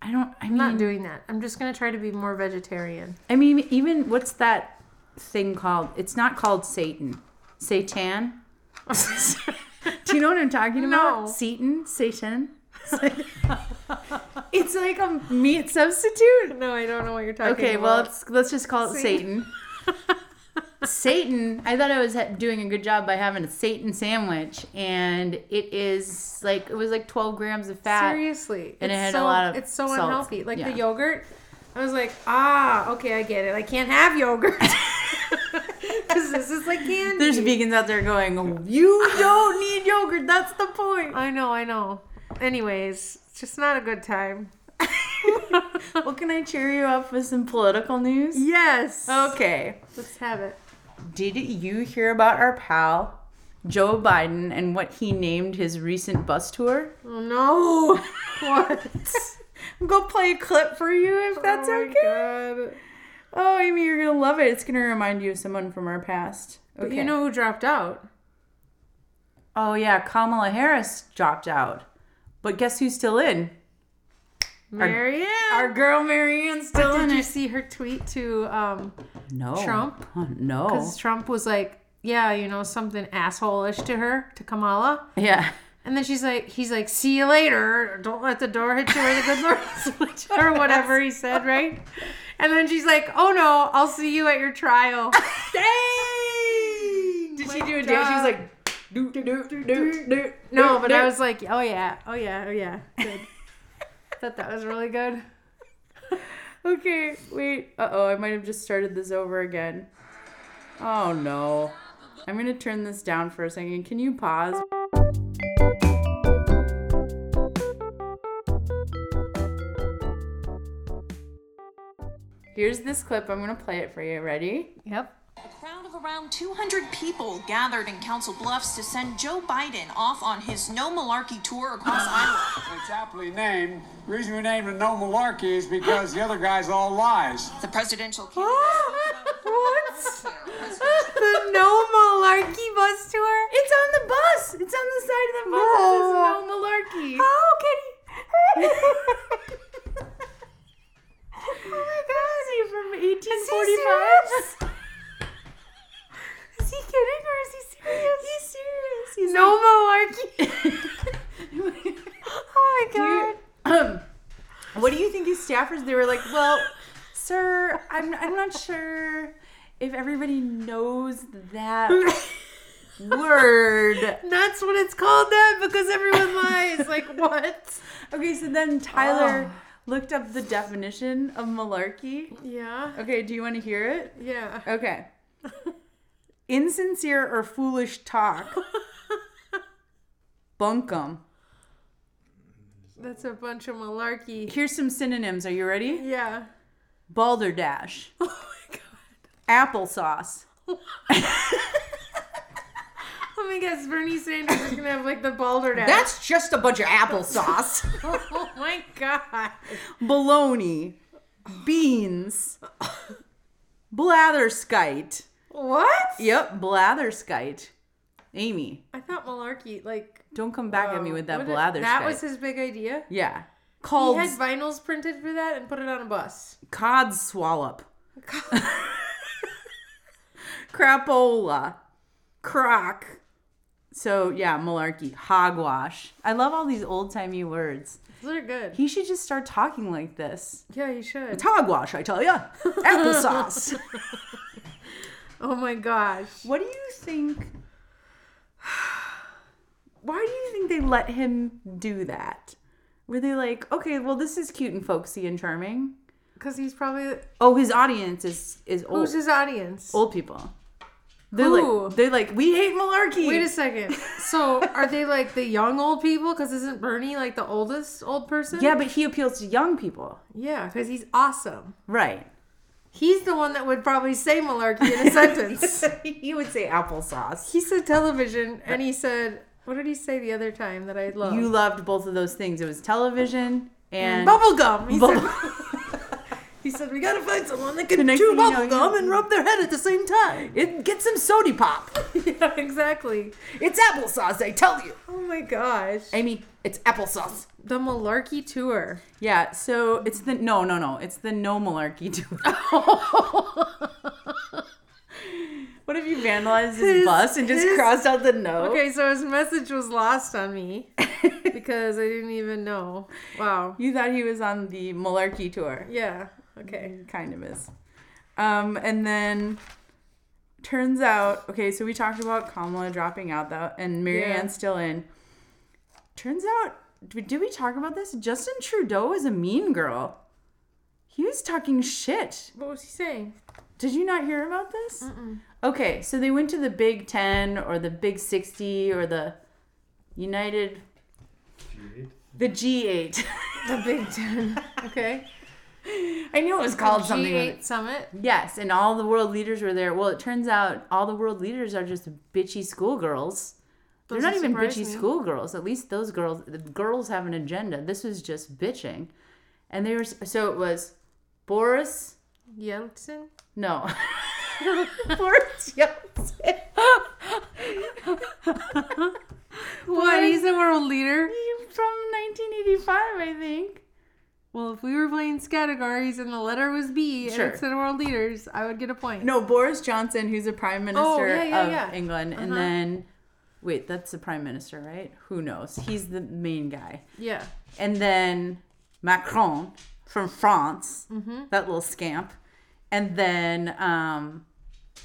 C: I don't. I mean,
B: I'm not doing that. I'm just gonna try to be more vegetarian. <laughs>
C: I mean, even what's that thing called? It's not called Satan. Satan. Do you know what I'm talking
B: No.
C: about? Satan. Satan. <laughs> It's like- it's like a meat substitute.
B: No, I don't know what you're talking
C: Okay, well, it's, let's just call it Satan. <laughs> Satan. I thought I was ha- doing a good job by having a Satan sandwich, and it is like it was like 12 grams of
B: <laughs>
C: fat.
B: seriously,
C: and it
B: it's
C: had a
B: so,
C: lot of
B: it's so
C: salt.
B: unhealthy. Like
C: Yeah.
B: the yogurt, I was like, ah, okay, I get it. I can't have yogurt <laughs> because this is like candy.
C: <laughs> There's vegans out there going, "You don't need yogurt. That's the point."
B: I know, I know. Anyways, it's just not a good
C: <laughs>
B: time. <laughs>
C: well, can I cheer you up with some political news?
B: Yes.
C: Okay.
B: Let's have it.
C: Did you hear about our pal, Joe Biden, and what he named his recent bus tour? <laughs>
B: Oh no. <laughs> what?
C: I'm gonna play a clip for you if that's
B: oh my
C: okay.
B: God.
C: Oh, Amy, you're gonna love it. It's gonna remind you of someone from our past. Okay.
B: But you know who dropped out?
C: oh yeah, Kamala Harris dropped out, but guess who's still in?
B: Marianne.
C: Our girl Marianne's still
B: Did
C: in.
B: you
C: it.
B: see her tweet to um
C: No.
B: Trump?
C: Huh, No.
B: because Trump was like, yeah, you know, something asshole-ish to her, to Kamala.
C: <laughs> Yeah.
B: And then she's like, he's like, see you later. Don't let the door hit you where the good Lord <laughs> is. or whatever he said, right? And then she's like, oh no, I'll see you at your <laughs> trial.
C: Dang! Did she do a dance? She was
B: God.
C: like, doot, doot, doot, doot, doot, doot,
B: No, but I
C: doot.
B: was like, oh yeah, oh yeah, oh yeah. <laughs> Good. Thought that was really good.
C: Okay, wait. Uh oh, I might have just started this over again. Oh no. I'm gonna turn this down for a second. Can you pause? Here's this clip. I'm gonna play it for you. <gasps> Ready?
B: Yep.
D: A crowd of around 200 people gathered in Council Bluffs to send Joe Biden off on his no malarkey tour across Iowa.
E: It's aptly named. The reason we named it No Malarkey is because the other guy's all lies.
D: The presidential candidate.
B: what? the no malarkey bus tour?
C: It's on the bus. It's on the side of the bus.
B: No.
C: It says no malarkey.
B: Oh, Kitty. <laughs>
C: Oh my god, is he from 1845?
B: <laughs> Is he kidding or is he serious?
C: He's serious. He's
B: no malarkey. <laughs>
C: <laughs> like-
B: Oh my
C: Do
B: god.
C: you- um, what do you think his staffers? They were like, well, sir, I'm, I'm not sure if everybody knows
B: <laughs>
C: that word.
B: That's what it's called that because everyone lies.
C: <laughs>
B: Like what? Oh.
C: Okay, so then Tyler looked up the definition of malarkey.
B: Yeah.
C: Okay, do you want to hear it?
B: Yeah. <laughs>
C: Okay. Insincere or foolish
B: <laughs>
C: talk. Bunkum.
B: That's a bunch of malarkey.
C: Here's some synonyms. Are you ready?
B: Yeah.
C: Balderdash.
B: Oh my god.
C: Applesauce.
B: Oh my god, Bernie Sanders is gonna have like the balderdash.
C: That's just a bunch of applesauce.
B: oh my god.
C: Bologna. Beans. Blatherskite.
B: What?
C: Yep, blatherskite. Amy,
B: I thought Malarkey like
C: don't come back at me
B: um,
C: with that
B: what did-
C: blather
B: That
C: shit.
B: was his big idea.
C: yeah.
B: He
C: Called
B: had vinyls printed for that and put it on a bus.
C: cod
B: <laughs>
C: swallop. Crapola. Croc. So yeah, malarkey. Hogwash. I love all these old timey words.
B: Those are good.
C: He should just start talking like this.
B: yeah, you should.
C: It's hogwash, I
B: <laughs>
C: tell ya. Applesauce.
B: Oh my gosh.
C: what do you think? Why do you think they let him do that? Were they like, okay, well, this is cute and folksy and charming?
B: Because he's probably
C: Oh, his audience is is old.
B: who's his audience?
C: old people. They're
B: Who?
C: like they're like we hate malarkey.
B: Wait a second. So are they like the young old people? Because isn't Bernie like the oldest old person?
C: yeah, but he appeals to young people,
B: Yeah, because he's awesome.
C: right?
B: He's the one that would probably say malarkey in a
C: <laughs>
B: sentence.
C: he would say applesauce.
B: He said television, and he said, "What did he say the other time that I love?"
C: You loved both of those things. It was television and
B: bubblegum. <laughs> He,
C: Bubble-
B: Said, <laughs>
C: <laughs>
B: he said, "We gotta find someone that can <laughs>
C: The next
B: chew
C: thing you know,
B: bubblegum
C: yeah.
B: and rub their head at the same time."
C: it gets some sody pop. <laughs>
B: yeah, exactly.
C: It's applesauce, I tell you.
B: Oh my gosh,
C: Amy, it's applesauce.
B: the malarkey tour.
C: Yeah, so it's the no, no, no. It's the no malarkey tour. <laughs> what if you vandalized his,
B: His-
C: bus and just
B: his-
C: crossed out the no? <laughs>
B: Okay, so his message was lost on me because I didn't even know. Wow.
C: You thought he was on the malarkey tour.
B: Yeah. Okay.
C: kind of is. Um, and then turns out, okay, so we talked about Kamala dropping out though, and
B: Yeah.
C: Marianne's still in. Turns out, did did we talk about this? Justin Trudeau is a mean girl. He was talking shit.
B: What was he saying?
C: Did you not hear about this? Okay, so they went to the Big Ten or the Big Sixty or the United, the G eight. <laughs>
B: The Big Ten. Okay.
C: I knew it was called something. with it.
B: G8 summit.
C: Yes, and all the world leaders were there. Well, it turns out all the world leaders are just bitchy schoolgirls. They're not
B: Doesn't
C: even
B: surprise
C: bitchy
B: me.
C: schoolgirls. At least those girls, the girls have an agenda. This was just bitching, and they were so it was Boris.
B: Yeltsin.
C: No, <laughs> Boris Yeltsin.
B: What? He's the world leader.
C: from 1985, I think.
B: Well, if we were playing categories and the letter was B
C: Sure.
B: and it said world leaders, I would get a point.
C: No, Boris Johnson, who's a prime minister
B: Oh, yeah, yeah,
C: of
B: yeah. Uh-huh.
C: England, and then wait, that's the prime minister, right? Who knows? He's the main guy.
B: Yeah.
C: and then Macron from France, that little scamp, and then um,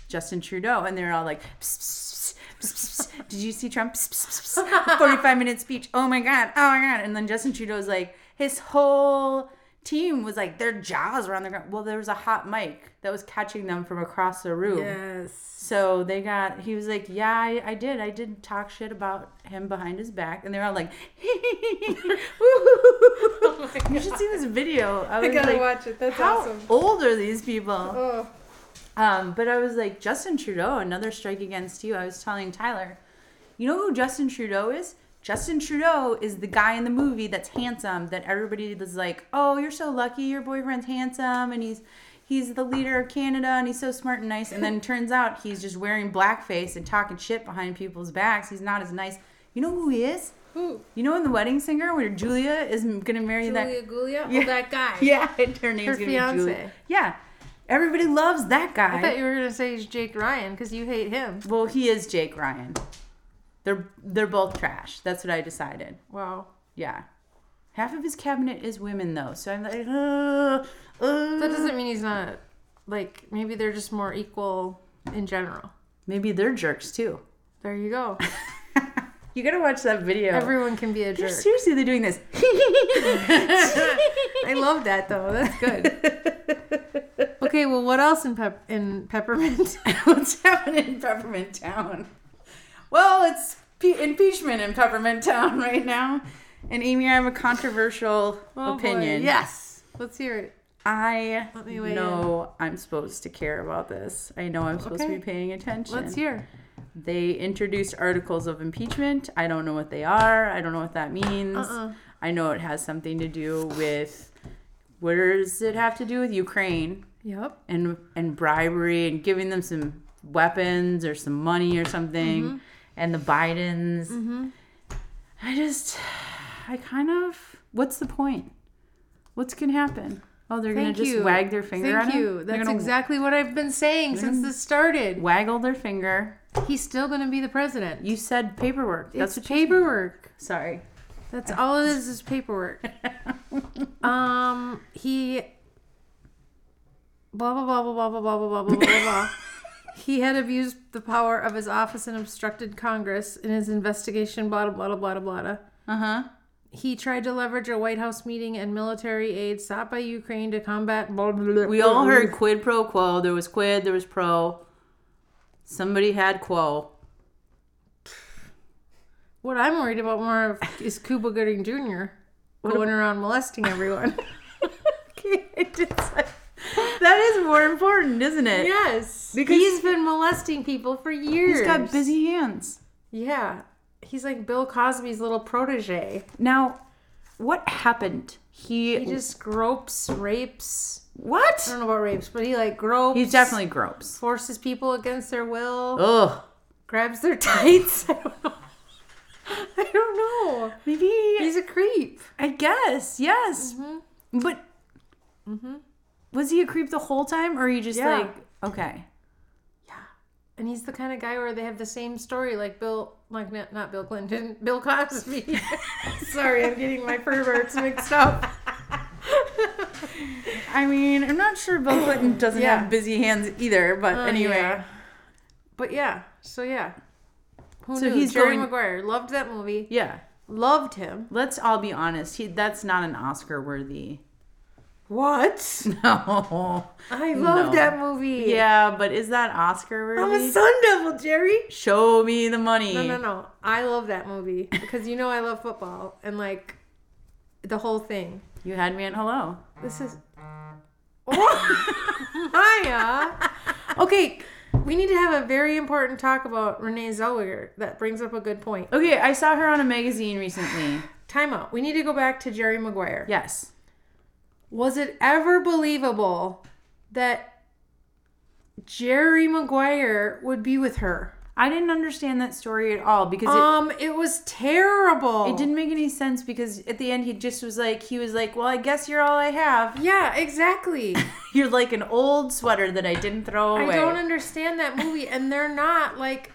C: Justin Trudeau, and they're all like, "Psst, psst, psst, psst, psst. "Did you see Trump? Psst, psst, psst, psst. Forty-five minute speech. Oh my god! Oh my god!" And then Justin Trudeau's like, his whole team was like, their jaws were on the ground. Well, there was a hot mic that was catching them from across the room.
B: Yes.
C: So they got, he was like, Yeah, I, I did. I did talk shit about him behind his back. And they're
B: <laughs>
C: all like, <laughs> You should see this video. I, was
B: Oh gotta
C: like,
B: watch it. That's
C: How
B: awesome."
C: old are these people?
B: Oh.
C: Um, but I was like, Justin Trudeau, another strike against you. I was telling Tyler, You know who Justin Trudeau is? Justin Trudeau is the guy in the movie that's handsome that everybody was like, "Oh, you're so lucky. Your boyfriend's handsome and he's he's the leader of Canada and he's so smart and nice." And then turns out he's just wearing blackface and talking shit behind people's backs. He's not as nice. You know who he is?
B: Who?
C: You know in The Wedding Singer where Julia is going to marry
B: Julia
C: that
B: Gulia?
C: Yeah.
B: Oh, that guy.
C: <laughs> Yeah, and her name's
B: Her
C: going to be Julia.
B: fiancé.
C: Yeah. Everybody loves that guy.
B: I thought you were gonna say he's Jake Ryan because you hate him.
C: Well, he is Jake Ryan. They're they're both trash. That's what I decided.
B: Wow.
C: Yeah. Half of his cabinet is women though, so I'm like, uh, uh.
B: That doesn't mean he's not like maybe they're just more equal in general.
C: maybe they're jerks too.
B: There you <laughs> go.
C: You gotta watch that video.
B: Everyone can be a
C: They're
B: jerk.
C: seriously they're doing this. <laughs>
B: I love that though. That's <laughs> good. Okay, well, what else in pep in peppermint?
C: What's happening in Peppermint Town? Well, it's pe- impeachment in Peppermint Town right now, and Amy, I have a controversial
B: <laughs> Oh, boy.
C: opinion.
B: Yes. Let's hear it.
C: I
B: me weigh
C: know I'm supposed to care about this. I know I'm supposed to
B: Okay.
C: be paying attention.
B: Let's hear.
C: They introduced articles of impeachment. I don't know what they are. I don't know what that means.
B: Uh-uh.
C: I know it has something to do with what does it have to do with Ukraine
B: Yep. Mm-hmm.
C: and and bribery and giving them some weapons or some money or something. and the Bidens. I just, I kind of, what's the point? What's going to happen? Oh, they're going to
B: Thank
C: just
B: you.
C: wag their finger
B: Thank
C: at him?
B: you.
C: They're
B: That's
C: gonna
B: exactly what I've been saying since this started.
C: Waggle their finger.
B: He's still going to be the president.
C: You said paperwork. That's
B: That's
C: what
B: paperwork.
C: Sorry.
B: That's all it is is
C: <laughs>
B: paperwork. um, he blah blah blah blah blah blah blah blah blah blah blah.
C: <laughs>
B: blah. He had abused the power of his office and obstructed Congress in his investigation. Blah blah blah blah blah blah.
C: Uh huh.
B: He tried to leverage a White House meeting and military aid sought by Ukraine to combat. Blah, blah, blah,
C: We all heard quid pro quo. There was quid, there was pro. Somebody
B: <laughs>
C: had quo.
B: What I'm worried about more of <laughs> is Cuba Gooding Jr. going around molesting everyone.
C: Okay, I just- that is more important, isn't
B: <laughs>
C: it?
B: yes,
C: Because-
B: he's been molesting people for years.
C: He's got busy hands.
B: Yeah. He's like Bill Cosby's little protege.
C: Now, what happened? He,
B: He just gropes, rapes. I
C: what?
B: don't know about rapes, but he like gropes.
C: He definitely gropes.
B: forces people against their will,
C: Ugh.
B: grabs their <laughs> tights. I don't know. I don't know.
C: Maybe
B: He's a creep.
C: I guess yes,
B: Mm-hmm.
C: but was he a creep the whole time, or he just
B: Yeah.
C: like okay?
B: And he's the kind of guy where they have the same story, like Bill, like not, not Bill Clinton, <laughs> Bill Cosby. <laughs> Sorry, I'm getting my perverts mixed up.
C: <laughs> I mean, I'm not sure Bill
B: <coughs>
C: Clinton doesn't
B: Yeah. Uh,
C: have busy hands either, but anyway,
B: yeah. But yeah, so yeah. Who
C: So
B: knew?
C: he's
B: Jerry
C: going-
B: Maguire loved that movie.
C: yeah.
B: Loved him.
C: Let's all be honest. He that's not an Oscar worthy. <laughs>
B: What?
C: No.
B: I love
C: No.
B: that movie.
C: Yeah, but is that Oscar
B: I'm
C: worthy?
B: a sun devil, Jerry.
C: Show me the money.
B: No, no, no. I love that movie because you know I love football and like the whole thing.
C: You had me at hello.
B: This
C: <laughs>
B: is. Oh, Maya. Okay, we need to have a very important talk about Renee Zellweger. That brings up a good point.
C: Okay, I saw her on a magazine recently.
B: Time out. We need to go back to Jerry Maguire.
C: Yes.
B: Was it ever believable that Jerry Maguire would be with her?
C: I didn't understand that story at all because it
B: Um, it was terrible.
C: It didn't make any sense because at the end he just was like he was like, "Well, I guess you're all I have. <laughs>
B: Yeah, exactly.
C: You're like an old sweater that I didn't throw away."
B: I don't understand that movie, and they're not like.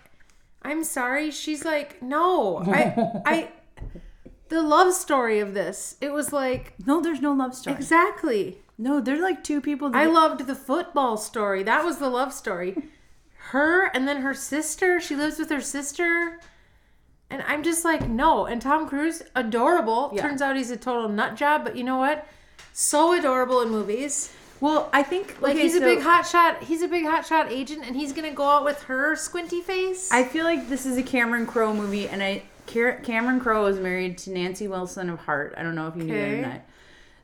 B: I'm sorry. She's like, no,
C: <laughs>
B: I, I. The love story of this, it was like
C: no, there's no love story.
B: exactly.
C: no, they're like two people. That
B: I loved the football story. That was the love story. Her and then her sister. She lives with her sister. And I'm just like, no. And Tom Cruise, adorable.
C: Yeah.
B: Turns out he's a total nut job, but you know what? So adorable in movies.
C: Well, I think
B: Like
C: okay,
B: he's a
C: so
B: big hot shot. He's a big hot shot agent, and he's gonna go out with her squinty face.
C: I feel like this is a Cameron Crowe movie, and I Car- Cameron Crowe is married to Nancy Wilson of Heart. I don't know if you knew that or
B: Okay.
C: not.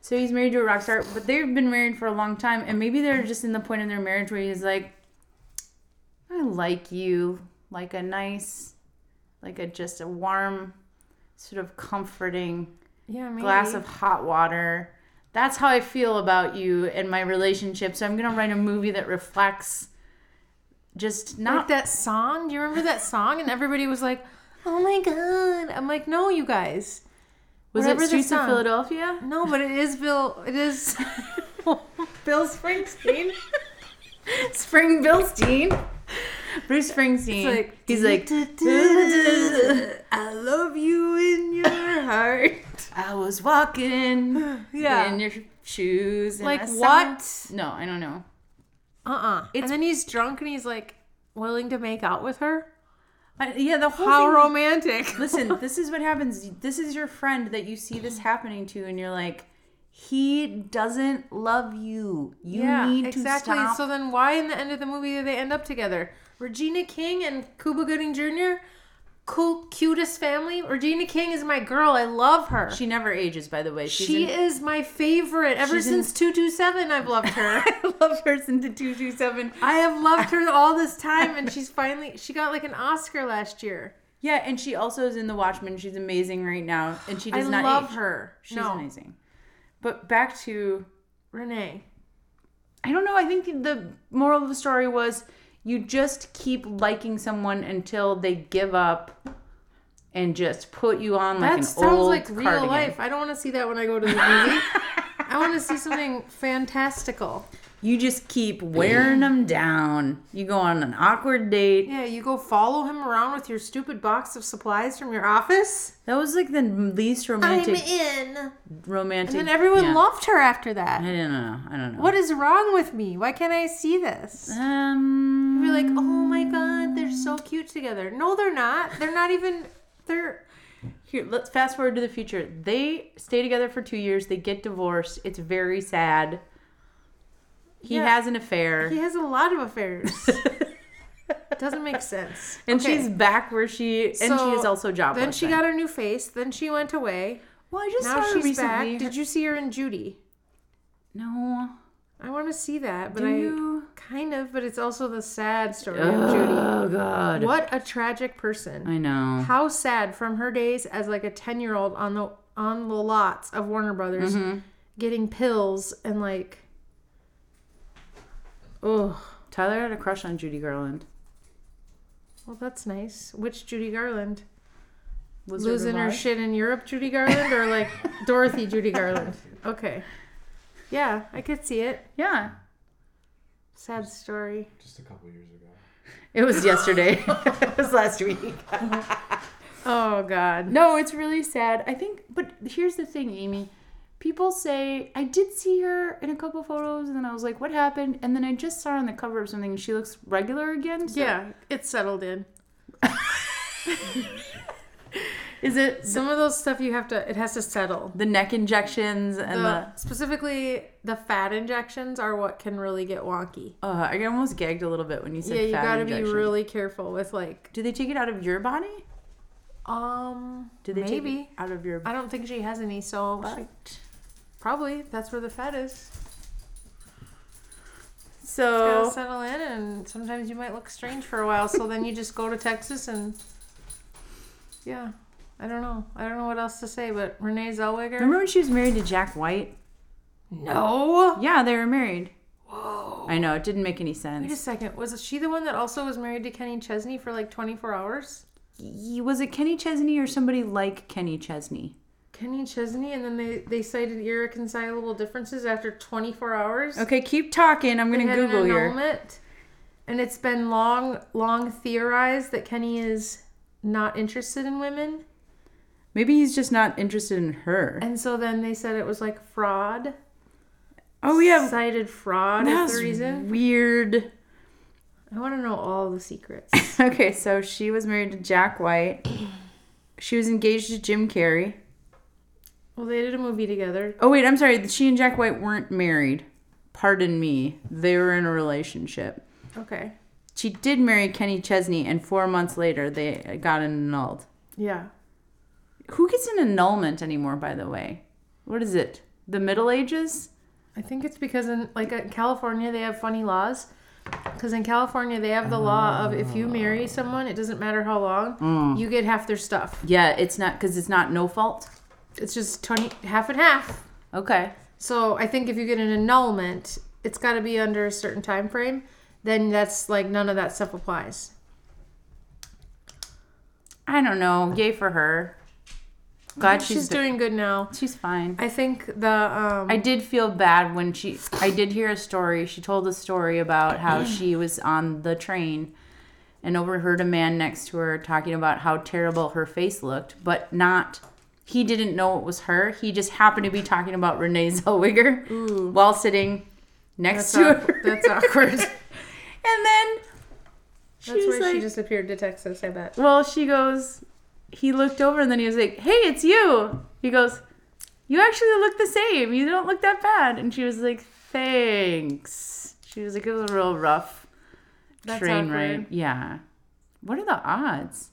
C: So he's married to a rock star, but they've been married for a long time, and maybe they're just in the point in their marriage where he's like, "I like you, like a nice, like a just a warm, sort of comforting
B: yeah, maybe.
C: glass of hot water." That's how I feel about you and my relationship. So I'm gonna write a movie that reflects just not
B: like that song. Do you remember that song? And everybody was like, "Oh my god!" I'm like, "No, you guys."
C: Was
B: Whatever
C: it
B: the
C: Streets of
B: song.
C: Philadelphia?
B: No, but it is Bill. It is <laughs> Uh-uh." Bill Springsteen.
C: Spring Bilstein. Bruce Springsteen.
B: It's like-
C: He's like,
B: I love you in your heart.
C: I was walking
B: Yeah.
C: in your shoes. and
B: Like
C: I saw-"
B: what?
C: No, I don't know.
B: Uh uh And then he's drunk and he's like willing to make out with her.
C: I, yeah, the whole
B: How
C: thing-
B: romantic!
C: Listen, this is what happens. This is your friend that you see this happening to, and you're like, he doesn't love you. You need
B: exactly.
C: to stop.
B: So then, why in the end of the movie do they end up together? Regina King and Cuba Gooding Jr. Cool, cutest family. Regina King is my girl. I love her. She,
C: she never ages, by the way. She's in-
B: is my favorite. Ever
C: she's in-
B: since two two seven, I've loved her.
C: <laughs> I love her since the 227.
B: I have loved
C: <laughs>
B: her all this time, and she's finally she got like an Oscar last year.
C: Yeah, and she also is in The Watchmen. She's amazing right now, and she does
B: I
C: not
B: love
C: age.
B: her.
C: She's
B: no,
C: amazing. But back to
B: Renee.
C: I don't know. I think the moral of the story was you just keep liking someone until they give up and just put you on like
B: That
C: an
B: sounds
C: old
B: like real
C: cardigan.
B: life. I don't want to see that when I go to the movie. I want to
C: <laughs>
B: see something fantastical.
C: You just keep wearing them down. You go on an awkward date.
B: Yeah, you go follow him around with your stupid box of supplies from your office.
C: That was like the least
B: I'm
C: romantic
B: in.
C: romantic.
B: And everyone
C: yeah.
B: loved her after
C: I
B: that.
C: don't know. I don't know.
B: What is wrong with me? Why can't I see this?
C: Um.
B: You're like, oh my god, they're so cute together. No, they're not. They're not even. They're.
C: Here, let's fast forward to the future. They stay together for two years. They get divorced. It's very sad. He
B: Yeah.
C: has an affair,
B: He has a lot of
C: <laughs>
B: affairs. Doesn't make sense.
C: and
B: Okay.
C: she's back where she and
B: So,
C: she is also jobless.
B: Then she got her new face. Then she went away.
C: Well, I just
B: Now
C: saw her
B: she's
C: recently.
B: back. Did you see her in Judy?
C: No.
B: I want to see that, but
C: Do
B: I
C: you?
B: kind of. But it's also the sad story of Judy.
C: Oh God.
B: What a tragic person.
C: I know.
B: How sad from her days as like a ten year old on the on the lots of Warner Brothers,
C: Mm-hmm.
B: getting pills and like. Oh,
C: Tyler had a crush on Judy Garland.
B: well, that's nice. Which Judy Garland?
C: Lizard
B: Losing her
C: Revolve.
B: shit in Europe, Judy Garland, or
C: <laughs>
B: like Dorothy Judy Garland? Okay. Yeah, I could see it.
C: Yeah.
B: Sad story.
F: Just a couple years ago.
C: It
B: <laughs>
C: was yesterday. it was last week.
B: Oh, God.
C: No, it's really sad. I think, but here's the thing, Amy. People say I did see her in a couple photos, and then I was like, "What happened?" And then I just saw her on the cover of something. She looks regular again. so-
B: Yeah, it's settled
C: <laughs>
B: in.
C: Is it
B: Some of those stuff you have to, it has to settle.
C: the neck injections and
B: The,
C: the?
B: specifically, the fat injections are what can really get wonky.
C: Oh, I almost gagged a little bit when you said.
B: yeah, you
C: fat
B: gotta
C: injections.
B: be really careful with like,
C: Do they take it out of your body?
B: um,
C: Do they
B: maybe.
C: take it out of your?
B: I don't think she has any, so she- probably that's where the fat is. Gotta
C: So
B: settle in, and sometimes you might look strange for a while. So then you just go to Texas, and yeah, I don't know. I don't know what else to say. But Renee Zellweger.
C: remember when she was married to Jack White?
B: No.
C: Yeah, they were married. Whoa. I know it didn't make any
B: Wait a
C: sense.
B: second. Was she the one that also was married to Kenny Chesney for like 24 hours?
C: He- Was it Kenny Chesney or somebody like Kenny Chesney?
B: Kenny Chesney, and then they they cited irreconcilable differences after 24 hours.
C: Okay, keep talking. I'm
B: They
C: gonna
B: had
C: Google
B: an
C: here.
B: annulment, and it's been long, long theorized that Kenny is not interested in women.
C: Maybe he's just not interested in her.
B: And so then they said it was like fraud.
C: Oh yeah,
B: Cited fraud
C: that's
B: is the reason.
C: weird. <laughs>
B: I want to know all the secrets. <coughs>
C: Okay, so she was married to Jack White. She was engaged to Jim Carrey.
B: well, they did a movie together.
C: Oh wait, I'm sorry. She and Jack White weren't married. Pardon me. They were in a relationship.
B: Okay.
C: She did marry Kenny Chesney, and four months later they got annulled.
B: Yeah.
C: Who gets an annulment anymore? By the way, what is it? The Middle Ages?
B: I think it's because in like in California they have funny laws. Because in California they have the law of if you marry someone, it doesn't matter how long, you get half their stuff.
C: Yeah, it's not because it's not no fault.
B: It's just twenty half and half.
C: Okay.
B: So I think if you get an annulment, it's got to be under a certain time frame. Then that's like none of that stuff applies.
C: I don't know. Yay for her. Glad
B: She's,
C: she's,
B: doing
C: doing.
B: good now.
C: She's fine.
B: I think the um,
C: I did feel bad when she. I did hear a story. She told a story about
B: <clears throat>
C: how she was on the train and overheard a man next to her talking about how terrible her face looked, but not. He didn't know it was her. He just happened to be talking about Renee Zellweger while sitting next
B: That's,
C: to
B: awk-
C: her.
B: that's awkward. That's
C: <laughs> and then she was
B: why
C: like,
B: she disappeared to Texas, I bet.
C: Well, she goes, he looked over and then he was like, hey, it's you. He goes, you actually look the same. You don't look that bad. And she was like, thanks. She was like, it was a real rough
B: That's
C: train
B: awkward.
C: ride. Yeah. What are the odds?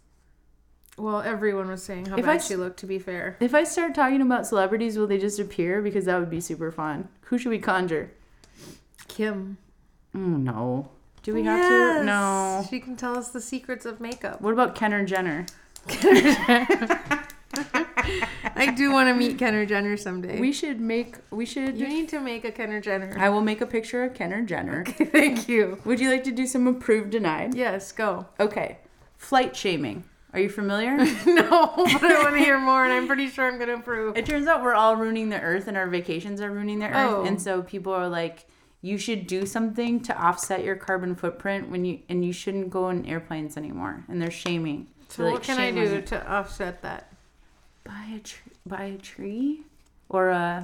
B: Well, everyone was saying how
C: If I
B: bad
C: s-
B: she looked, to be fair.
C: If I start talking about celebrities, will they just appear? Because that would be super fun. Who should we conjure?
B: Kim.
C: Oh, no. Do we have to? No.
B: She can tell us the secrets of makeup.
C: What about Kenner Jenner?
B: <laughs> I do want to meet Kenner Jenner someday.
C: We should make. We should.
B: you need to make a Kenner Jenner.
C: I will make a picture of Kenner
B: <laughs>
C: Jenner.
B: Thank you.
C: Would you like to do some approved denied?
B: Yes, go.
C: Okay. Flight shaming. Are you familiar?
B: <laughs> No, but I want to hear more, and I'm pretty sure I'm going to approve.
C: it turns out we're all ruining the earth and our vacations are ruining the earth.
B: Oh.
C: And so people are like, you should do something to offset your carbon footprint when you and you shouldn't go in airplanes anymore. And they're shaming.
B: So
C: They're
B: what
C: like,
B: can I
C: shame on
B: do
C: you.
B: to offset that?
C: Buy a tree buy a tree? Or uh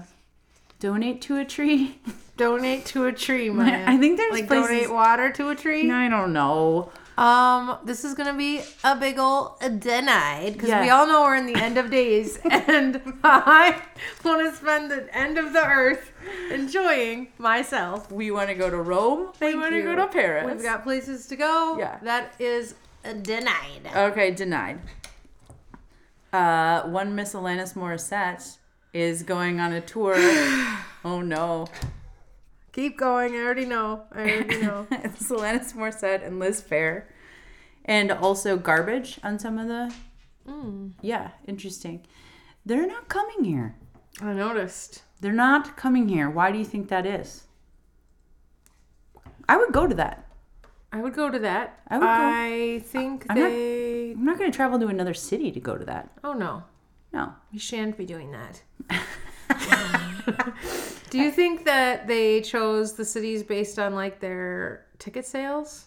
C: donate to a tree? <laughs>
B: Donate to a <laughs> tree, Maya.
C: I think there's
B: like
C: places-
B: donate water to a tree.
C: I don't know.
B: Um, this is gonna be a big ol' denied because we
C: Yeah.
B: all know we're in the end of <laughs> days, and I want to spend the end of the earth enjoying myself.
C: We wanna go to Rome.
B: Thank
C: we wanna
B: you.
C: go to Paris.
B: We've got places to go.
C: Yeah.
B: that is a denied.
C: Okay, denied. Uh, one Miss Alanis Morissette is going on a <sighs> tour. oh no.
B: Keep going. I already know. I <laughs> already
C: <laughs>
B: know.
C: it's Alanis Morissette and Liz Fair. And also garbage on some of the. Yeah, interesting. They're not coming here.
B: I noticed.
C: They're not coming here. Why do you think that is? I would go to that.
B: I would go to that. I,
C: I would go.
B: think
C: I'm not-
B: they.
C: I'm not going to travel to another city to go to that.
B: Oh no.
C: No.
B: We shan't be doing <laughs> that. Do you think that they chose the cities based on like their ticket sales?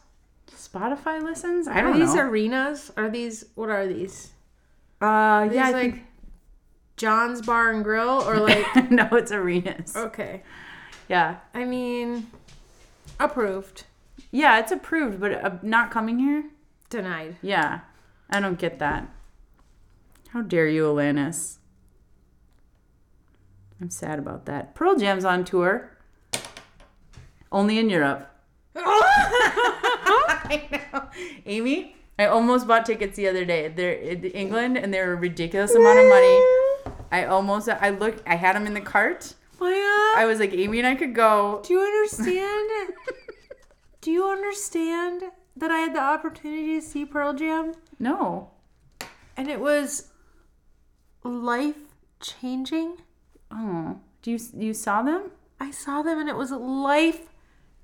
C: Spotify listens? I
B: Are
C: don't
B: these
C: know.
B: arenas? Are these what are these?
C: Are, uh,
B: These
C: yeah, I
B: like John's Bar and Grill or <laughs> like
C: think. <laughs> no, it's arenas.
B: okay.
C: Yeah.
B: I mean approved.
C: Yeah, it's approved, but uh, not coming here?
B: Denied.
C: Yeah. I don't get that. How dare you, Alanis? I'm sad about that. Pearl Jam's on tour. Only in Europe. <laughs> I know. Amy, I almost bought tickets the other day. They're in England and they're a ridiculous amount of money. I almost I looked I had them in the cart.
B: Maya
C: I was like, Amy and I could go.
B: do you understand? <laughs> do you understand that I had the opportunity to see Pearl Jam?
C: No.
B: And it was life changing.
C: Oh. Do you you saw them?
B: I saw them and it was life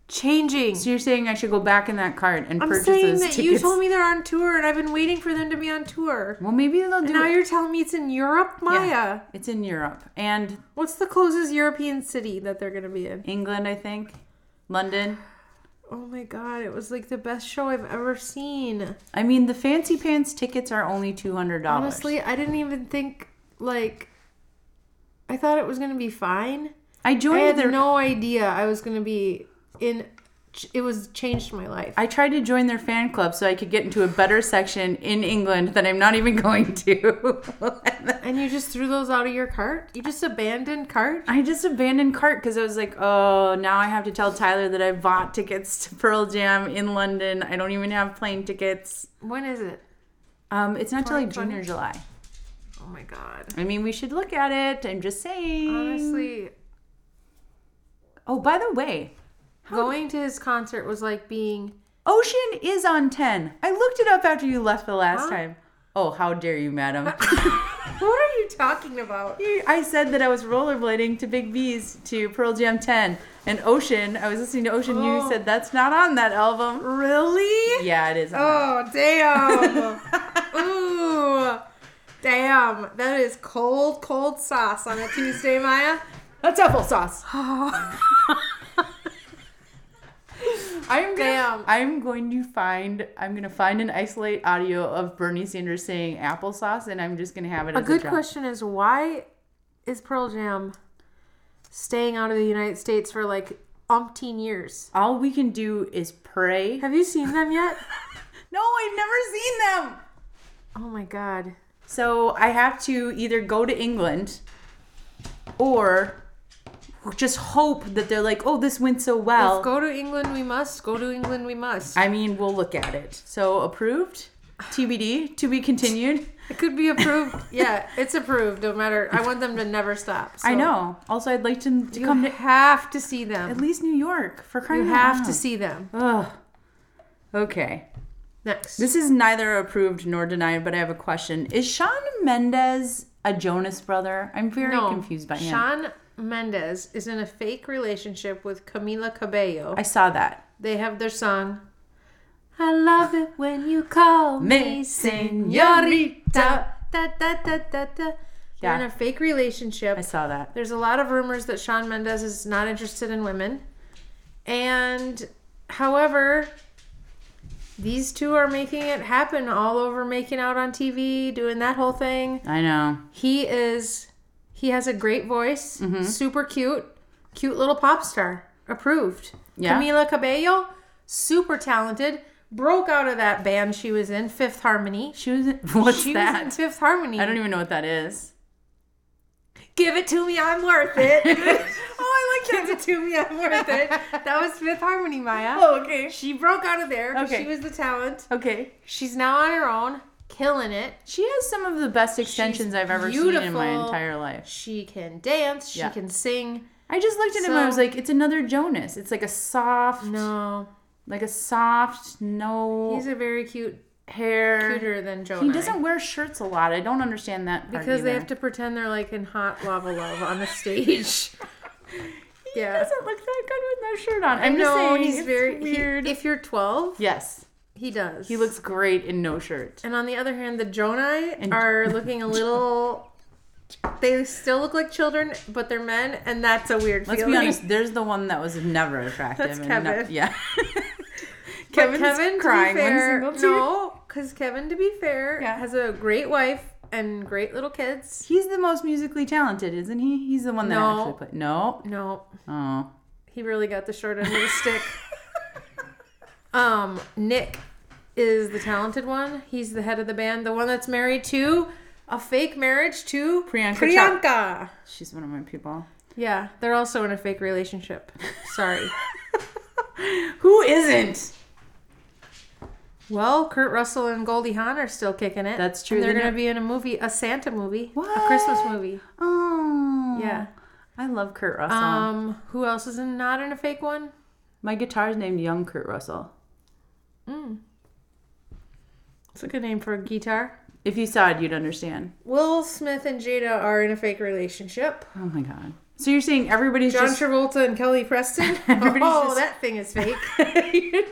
B: changing.
C: So you're saying I should go back in that cart and
B: I'm
C: purchase
B: saying
C: those
B: that
C: tickets?
B: you told me they're on tour and I've been waiting for them to be on tour.
C: Well, maybe they'll do
B: Now
C: it.
B: you're telling me it's in Europe, Maya.
C: Yeah. It's in Europe and
B: What's the closest European city that they're gonna be in?
C: England, I think. London.
B: Oh my god, it was like the best show I've ever seen.
C: I mean, the fancy pants tickets are only two hundred dollars.
B: Honestly, I didn't even think like I thought it was gonna be fine.
C: I
B: I
C: joined
B: had
C: their.
B: no idea I was gonna be in. It was changed my life.
C: I tried to join their fan club so I could get into a better section in England that I'm not even <laughs> going to. <laughs>
B: And you just threw those out of your cart? You just abandoned cart?
C: I just abandoned cart because I was like, oh, now I have to tell Tyler that I bought tickets to Pearl Jam in London. I don't even have plane tickets.
B: When is it?
C: Um, it's not till like June
B: 2020?
C: or July.
B: Oh my god.
C: I mean, we should look at it. I'm just saying.
B: Honestly,
C: Oh, by the way,
B: going to his concert was like being
C: Ocean is on 10. I looked it up after you left the last
B: Huh?
C: time. Oh, how dare
B: <laughs>
C: you, madam. <laughs>
B: What are you talking about?
C: I said that I was rollerblading to Big B's to Pearl Jam 10 and Ocean. I was listening to Ocean.
B: Oh.
C: You said that's not on that album.
B: Really?
C: Yeah, it is. On that.
B: Oh damn. <laughs> Ooh. Damn. That is cold, cold sauce on a Tuesday, Maya.
C: That's applesauce. I'm gonna,
B: Damn.
C: <gasps> I'm going to find. I'm gonna find an isolate audio of Bernie Sanders saying applesauce, and I'm just gonna have it.
B: A
C: as
B: good
C: drop.
B: question is why is Pearl Jam staying out of the United States for like umpteen years?
C: All we can do is pray.
B: Have you seen them yet?
C: No, I've never seen them.
B: <laughs> Oh my god.
C: So I have to either go to England or just hope that they're like, oh, this went so well.
B: Let's go to England we must. Go to England we must.
C: I mean, we'll look at it. So approved, TBD, to be continued.
B: It could be approved. yeah, it's approved. No matter. I want them to never stop.
C: I
B: so.
C: know. Also, I'd like to, to
B: You
C: come to
B: have to see
C: at
B: them.
C: least New York for
B: You
C: crying out
B: have to
C: loud.
B: see them.
C: Ugh. Okay.
B: Next.
C: This is neither approved nor denied, but I have a question. Is Sean Mendez a Jonas brother? I'm very confused by him.
B: Sean Mendez is in a fake relationship with Camila Cabello.
C: I saw that.
B: They have their song. I love it when you call me senorita. Da, da, da, da, da. They're in
C: Yeah.
B: a fake relationship.
C: I saw that.
B: There's a lot of rumors that Sean Mendez is not interested in women. And however, these two are making it happen all over making out on TV, doing that whole thing.
C: I know.
B: He is he has a great voice,
C: Mm-hmm.
B: super cute, cute little pop star. Approved.
C: Yeah.
B: Camila Cabello, super talented. Broke out of that band she was in, Fifth Harmony.
C: She was. <laughs> What's
B: she
C: that?
B: was in Fifth Harmony.
C: I don't even know what that is.
B: Give it to me, I'm worth <laughs> it. oh, I like that. Give it to me, I'm worth it. That was Fifth Harmony, Maya.
C: Oh, okay.
B: She broke out of there. 'cause
C: Okay.
B: She was the talent.
C: Okay.
B: She's now on her own, killing it.
C: She has some of the best extensions I've ever seen in my
B: beautiful.
C: entire life.
B: She can dance. She
C: Yeah.
B: can sing.
C: I just looked at him and I was
B: So-
C: like, it's another Jonas. It's like a soft,
B: No,
C: like a soft, no
B: he's a very cute,
C: hair.
B: cuter than Jonah.
C: He doesn't wear shirts a lot. I don't understand that part
B: because they
C: either.
B: have to pretend they're like in hot lava love <laughs> on the stage.
C: He
B: yeah.
C: doesn't look that good with no shirt on.
B: I
C: I'm just
B: know
C: saying,
B: he's
C: it's
B: very he-
C: weird.
B: if you're 12,
C: yes,
B: he does.
C: he looks great in no shirt.
B: And on the other hand, the Jonai are looking a little. They still look like children, but they're men, and that's a weird
C: Let's
B: feeling.
C: be honest. There's the one that was never attractive.
B: That's
C: and no-
B: Kevin.
C: yeah. <laughs>
B: But
C: Kevin's
B: Kevin, to
C: crying
B: be
C: one
B: fair,
C: single tear.
B: no, because Kevin, to be fair,
C: Yeah.
B: has a great wife and great little kids.
C: He's the most musically talented, isn't he? He's the one that
B: No.
C: actually put. No.
B: No,
C: Oh.
B: he really got the short end of the
C: <laughs>
B: stick. Um, Nick is the talented one. He's the head of the band, the one that's married to a fake marriage to
C: Priyanka Chop-
B: Priyanka.
C: She's one of my people.
B: <laughs> Yeah, they're also in a fake relationship.
C: <laughs>
B: Sorry.
C: Who isn't?
B: Well, Kurt Russell and Goldie Hawn are still kicking it.
C: That's true.
B: And they're
C: They're
B: going
C: not-
B: to be in a movie, a Santa movie,
C: What?
B: a Christmas movie.
C: Oh.
B: Yeah.
C: I love Kurt Russell.
B: Um, who else is in, not in a fake one?
C: my guitar's named Young Kurt Russell.
B: It's a good name for a guitar.
C: If you saw it, you'd understand.
B: Will Smith and Jada are in a fake relationship.
C: Oh my god. So you're saying everybody's
B: John
C: just
B: Travolta and Kelly Preston.
C: <laughs> Everybody's
B: oh,
C: just-
B: that thing is <laughs> fake.
C: <laughs>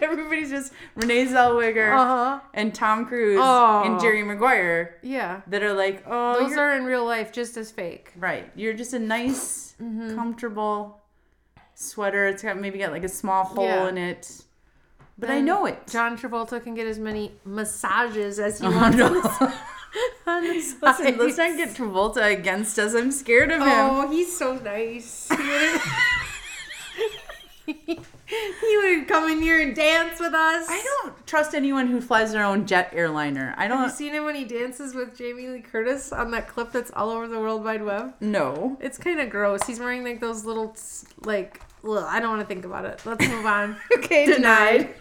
C: everybody's just Renee Zellweger
B: Uh huh.
C: and Tom Cruise
B: Oh.
C: and Jerry Maguire
B: Yeah.
C: that are like, oh,
B: Those
C: you're-
B: are in real life just as fake.
C: right. You're just a nice,
B: Mm-hmm.
C: comfortable sweater. It's got maybe got like a small hole
B: Yeah.
C: in it, but I
B: And
C: know it. <laughs>
B: John Travolta can get as many massages as he
C: Oh
B: wants. <laughs>
C: no!
B: on the <laughs>
C: Listen,
B: sides.
C: let's not get Travolta against us. I'm scared of him.
B: Oh, he's so <laughs> nice. He wouldn't, <laughs> he wouldn't come in here and dance with us.
C: I don't trust anyone who flies their own jet airliner. I
B: Have you
C: don't.
B: seen him when he dances with Jamie Lee Curtis on that clip that's all over the World Wide Web?
C: No.
B: It's kind of gross. He's wearing like those little, s- like, ugh, I don't want to think about it. Let's move <laughs> on.
C: Okay, denied.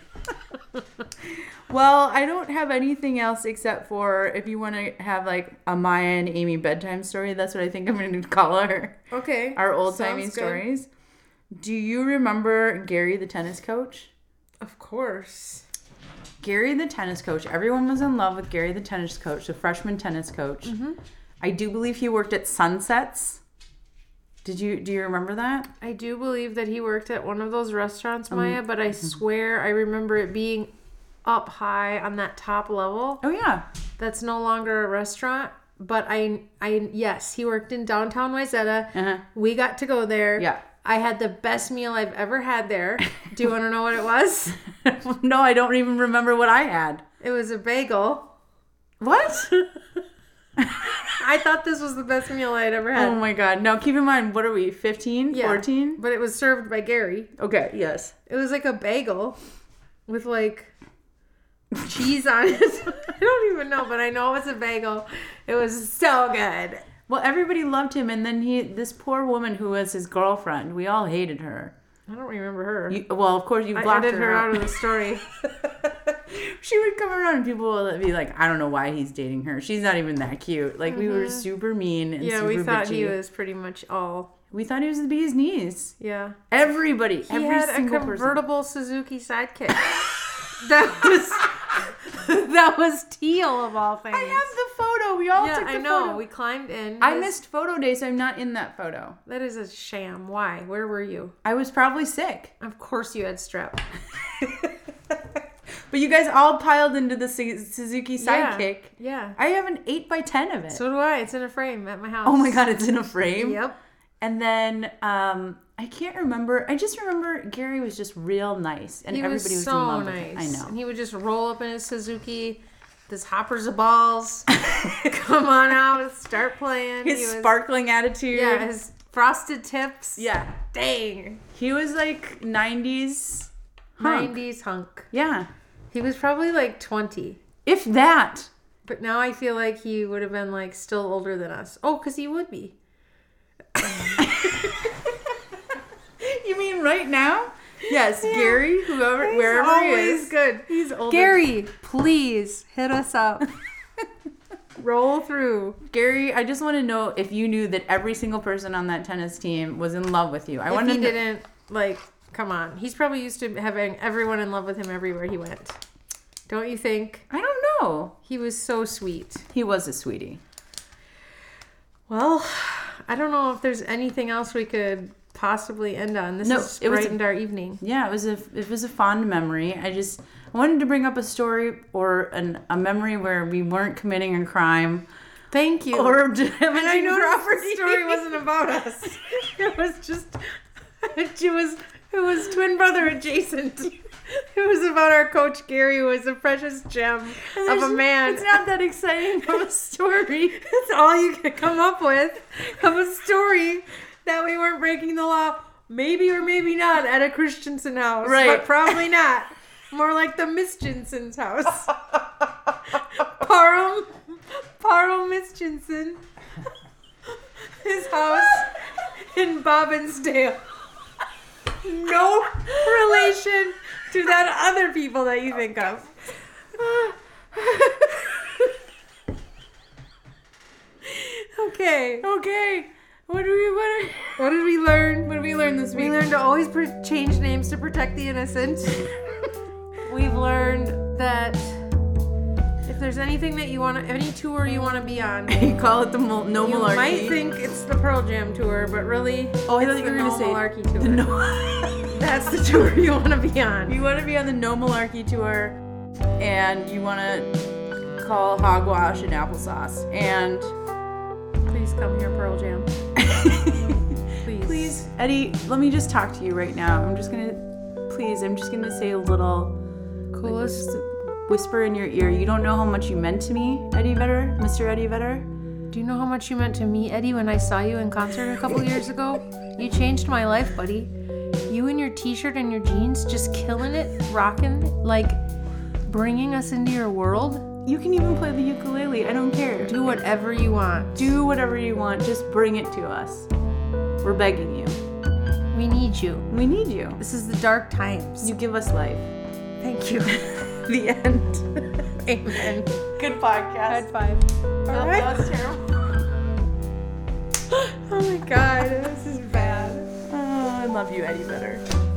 C: Well, I don't have anything else except for if you want to have like a Maya and Amy bedtime story, that's what I think I'm going to <laughs> call our
B: okay.
C: our old timey
B: Sounds good.
C: stories. Do you remember Gary the tennis coach?
B: Of course.
C: Gary the tennis coach. Everyone was in love with Gary the tennis coach, the freshman tennis coach.
B: Mm-hmm.
C: I do believe he worked at Sunsets. Did you do you remember that?
B: I do believe that he worked at one of those restaurants,
C: Um,
B: Maya, but I
C: mm-hmm.
B: swear I remember it being up high on that top level.
C: Oh yeah. <laughs>
B: that's no longer a restaurant but i i yes he worked in downtown wayzata
C: Uh-huh.
B: we got to go there
C: Yeah.
B: i had the best meal i've ever had there do you want to know what it
C: <laughs>
B: was
C: no, I don't even remember what I had.
B: it was a bagel <laughs>
C: What?
B: i thought this was the best meal i'd ever had
C: Oh my god. Now keep in mind, what are we, 15,
B: Yeah.
C: 14?
B: but it was served by gary
C: Okay, yes.
B: it was like a bagel with like cheese on it <laughs> i don't even know but i know it was a bagel it was so good
C: Well, everybody loved him, and then he, this poor woman who was his girlfriend, we all hated her.
B: i don't remember her
C: You, well, of course, you
B: i
C: blocked
B: edited
C: her,
B: her out of the
C: <laughs>
B: story
C: she would come around, and people would be like, "I don't know why he's dating her. She's not even that cute." Like we were super mean and
B: Mm-hmm. Yeah,
C: super
B: we thought he
C: bitchy.
B: was pretty much all.
C: We thought he was the bee's knees.
B: Yeah.
C: Everybody,
B: He
C: every
B: had a
C: single person.
B: <laughs> convertible Suzuki Sidekick. that was <laughs> that was teal of all things.
C: I have the photo. We all
B: yeah,
C: took the
B: I know.
C: photo.
B: We climbed in.
C: I
B: This-
C: missed photo day, so I'm not in that photo.
B: That is a sham. Why? Where were you?
C: I was probably sick.
B: Of course you had strep.
C: But you guys all piled into the Su- Suzuki
B: Yeah,
C: sidekick.
B: Yeah.
C: I have an 8x10 of it.
B: So do I. It's in a frame at my house.
C: oh my god, it's in a frame.
B: Yep.
C: And then um I can't remember. I just remember Gary was just real nice and
B: He
C: everybody was,
B: was
C: in
B: so
C: love with him.
B: nice.
C: I know.
B: And he would just roll up in his Suzuki, this hoppers of balls. <laughs> Come on out and start playing.
C: <laughs> his
B: He was-
C: sparkling attitude.
B: Yeah, his frosted tips.
C: yeah.
B: Dang.
C: He was like 90s hunk.
B: 90s hunk.
C: Yeah.
B: He was probably like 20.
C: If that.
B: But now I feel like he would have been like still older than us. Oh, because he would be.
C: You mean right now? Yes, Gary, whoever wherever he is.
B: good.
C: He's older.
B: Gary, please hit us
C: <laughs>
B: up. Roll through.
C: Gary, I just want to know if you knew that every single person on that tennis team was in love with you. I
B: If
C: want to
B: he
C: know.
B: didn't, like, come on. He's probably used to having everyone in love with him everywhere he went. Don't you think?
C: I don't know.
B: He was so sweet.
C: He was a sweetie.
B: Well, I don't know if there's anything else we could possibly end on. This
C: No,
B: has
C: it was a-
B: brightened our evening.
C: Yeah, it was a it was a fond memory. I just I wanted to bring up a story or an, a memory where we weren't committing a crime
B: Thank you.
C: <laughs> or having
B: and I noticed the story wasn't
C: <laughs>
B: about us. It was just it was it was twin brother
C: <laughs>
B: adjacent. It was about our coach Gary, who was a precious gem of a man.
C: It's not that exciting of a <laughs> story.
B: <laughs> That's all you could come up with of a story that we weren't breaking the law, maybe or maybe not, at a Christensen house.
C: Right.
B: But probably not. More like the Miss Jensen's house. <laughs> Parham, Parham Miss Jensen. <laughs> His house in Bobbinsdale. No relation to that other people that you think of. okay.
C: Okay. What do we what, are,
B: What did we learn?
C: what did we learn this
B: We
C: week?
B: learned to always pr- change names to protect the <laughs> innocent. We've learned that if there's anything that you want to, any tour you want to be on, <laughs> you
C: you call it the mul- no malarkey.
B: might think it's the Pearl Jam tour, but really,
C: oh, I
B: it's
C: thought you
B: the
C: were
B: no
C: gonna say
B: malarkey tour.
C: the no. <laughs>
B: That's the tour you want to be on.
C: You want to be on the No Malarkey tour, and you want to call hogwash and applesauce. And
B: Please come here, Pearl Jam. <laughs> Please.
C: please, Eddie, let me just talk to you right now. I'm just gonna, please, I'm just gonna say a little
B: Coolest
C: whisper in your ear. You don't know how much you meant to me, Eddie Vedder, Mr. Eddie Vedder.
B: Do you know how much you meant to me, Eddie, when I saw you in concert a couple years ago? You changed my life, buddy. You and your t shirt and your jeans, just killing it, rocking, like bringing us into your world.
C: You can even play the ukulele. I don't care.
B: Do whatever you want.
C: Do whatever you want. Just bring it to us. We're begging you.
B: We need you.
C: We need you.
B: This is the dark times.
C: You give us life.
B: Thank you.
C: The end.
B: <laughs> Amen.
C: Good podcast.
B: five. All
C: That
B: right.
C: was terrible.
B: <laughs> Oh my god, this is bad.
C: Oh, I love you, Eddie Vedder.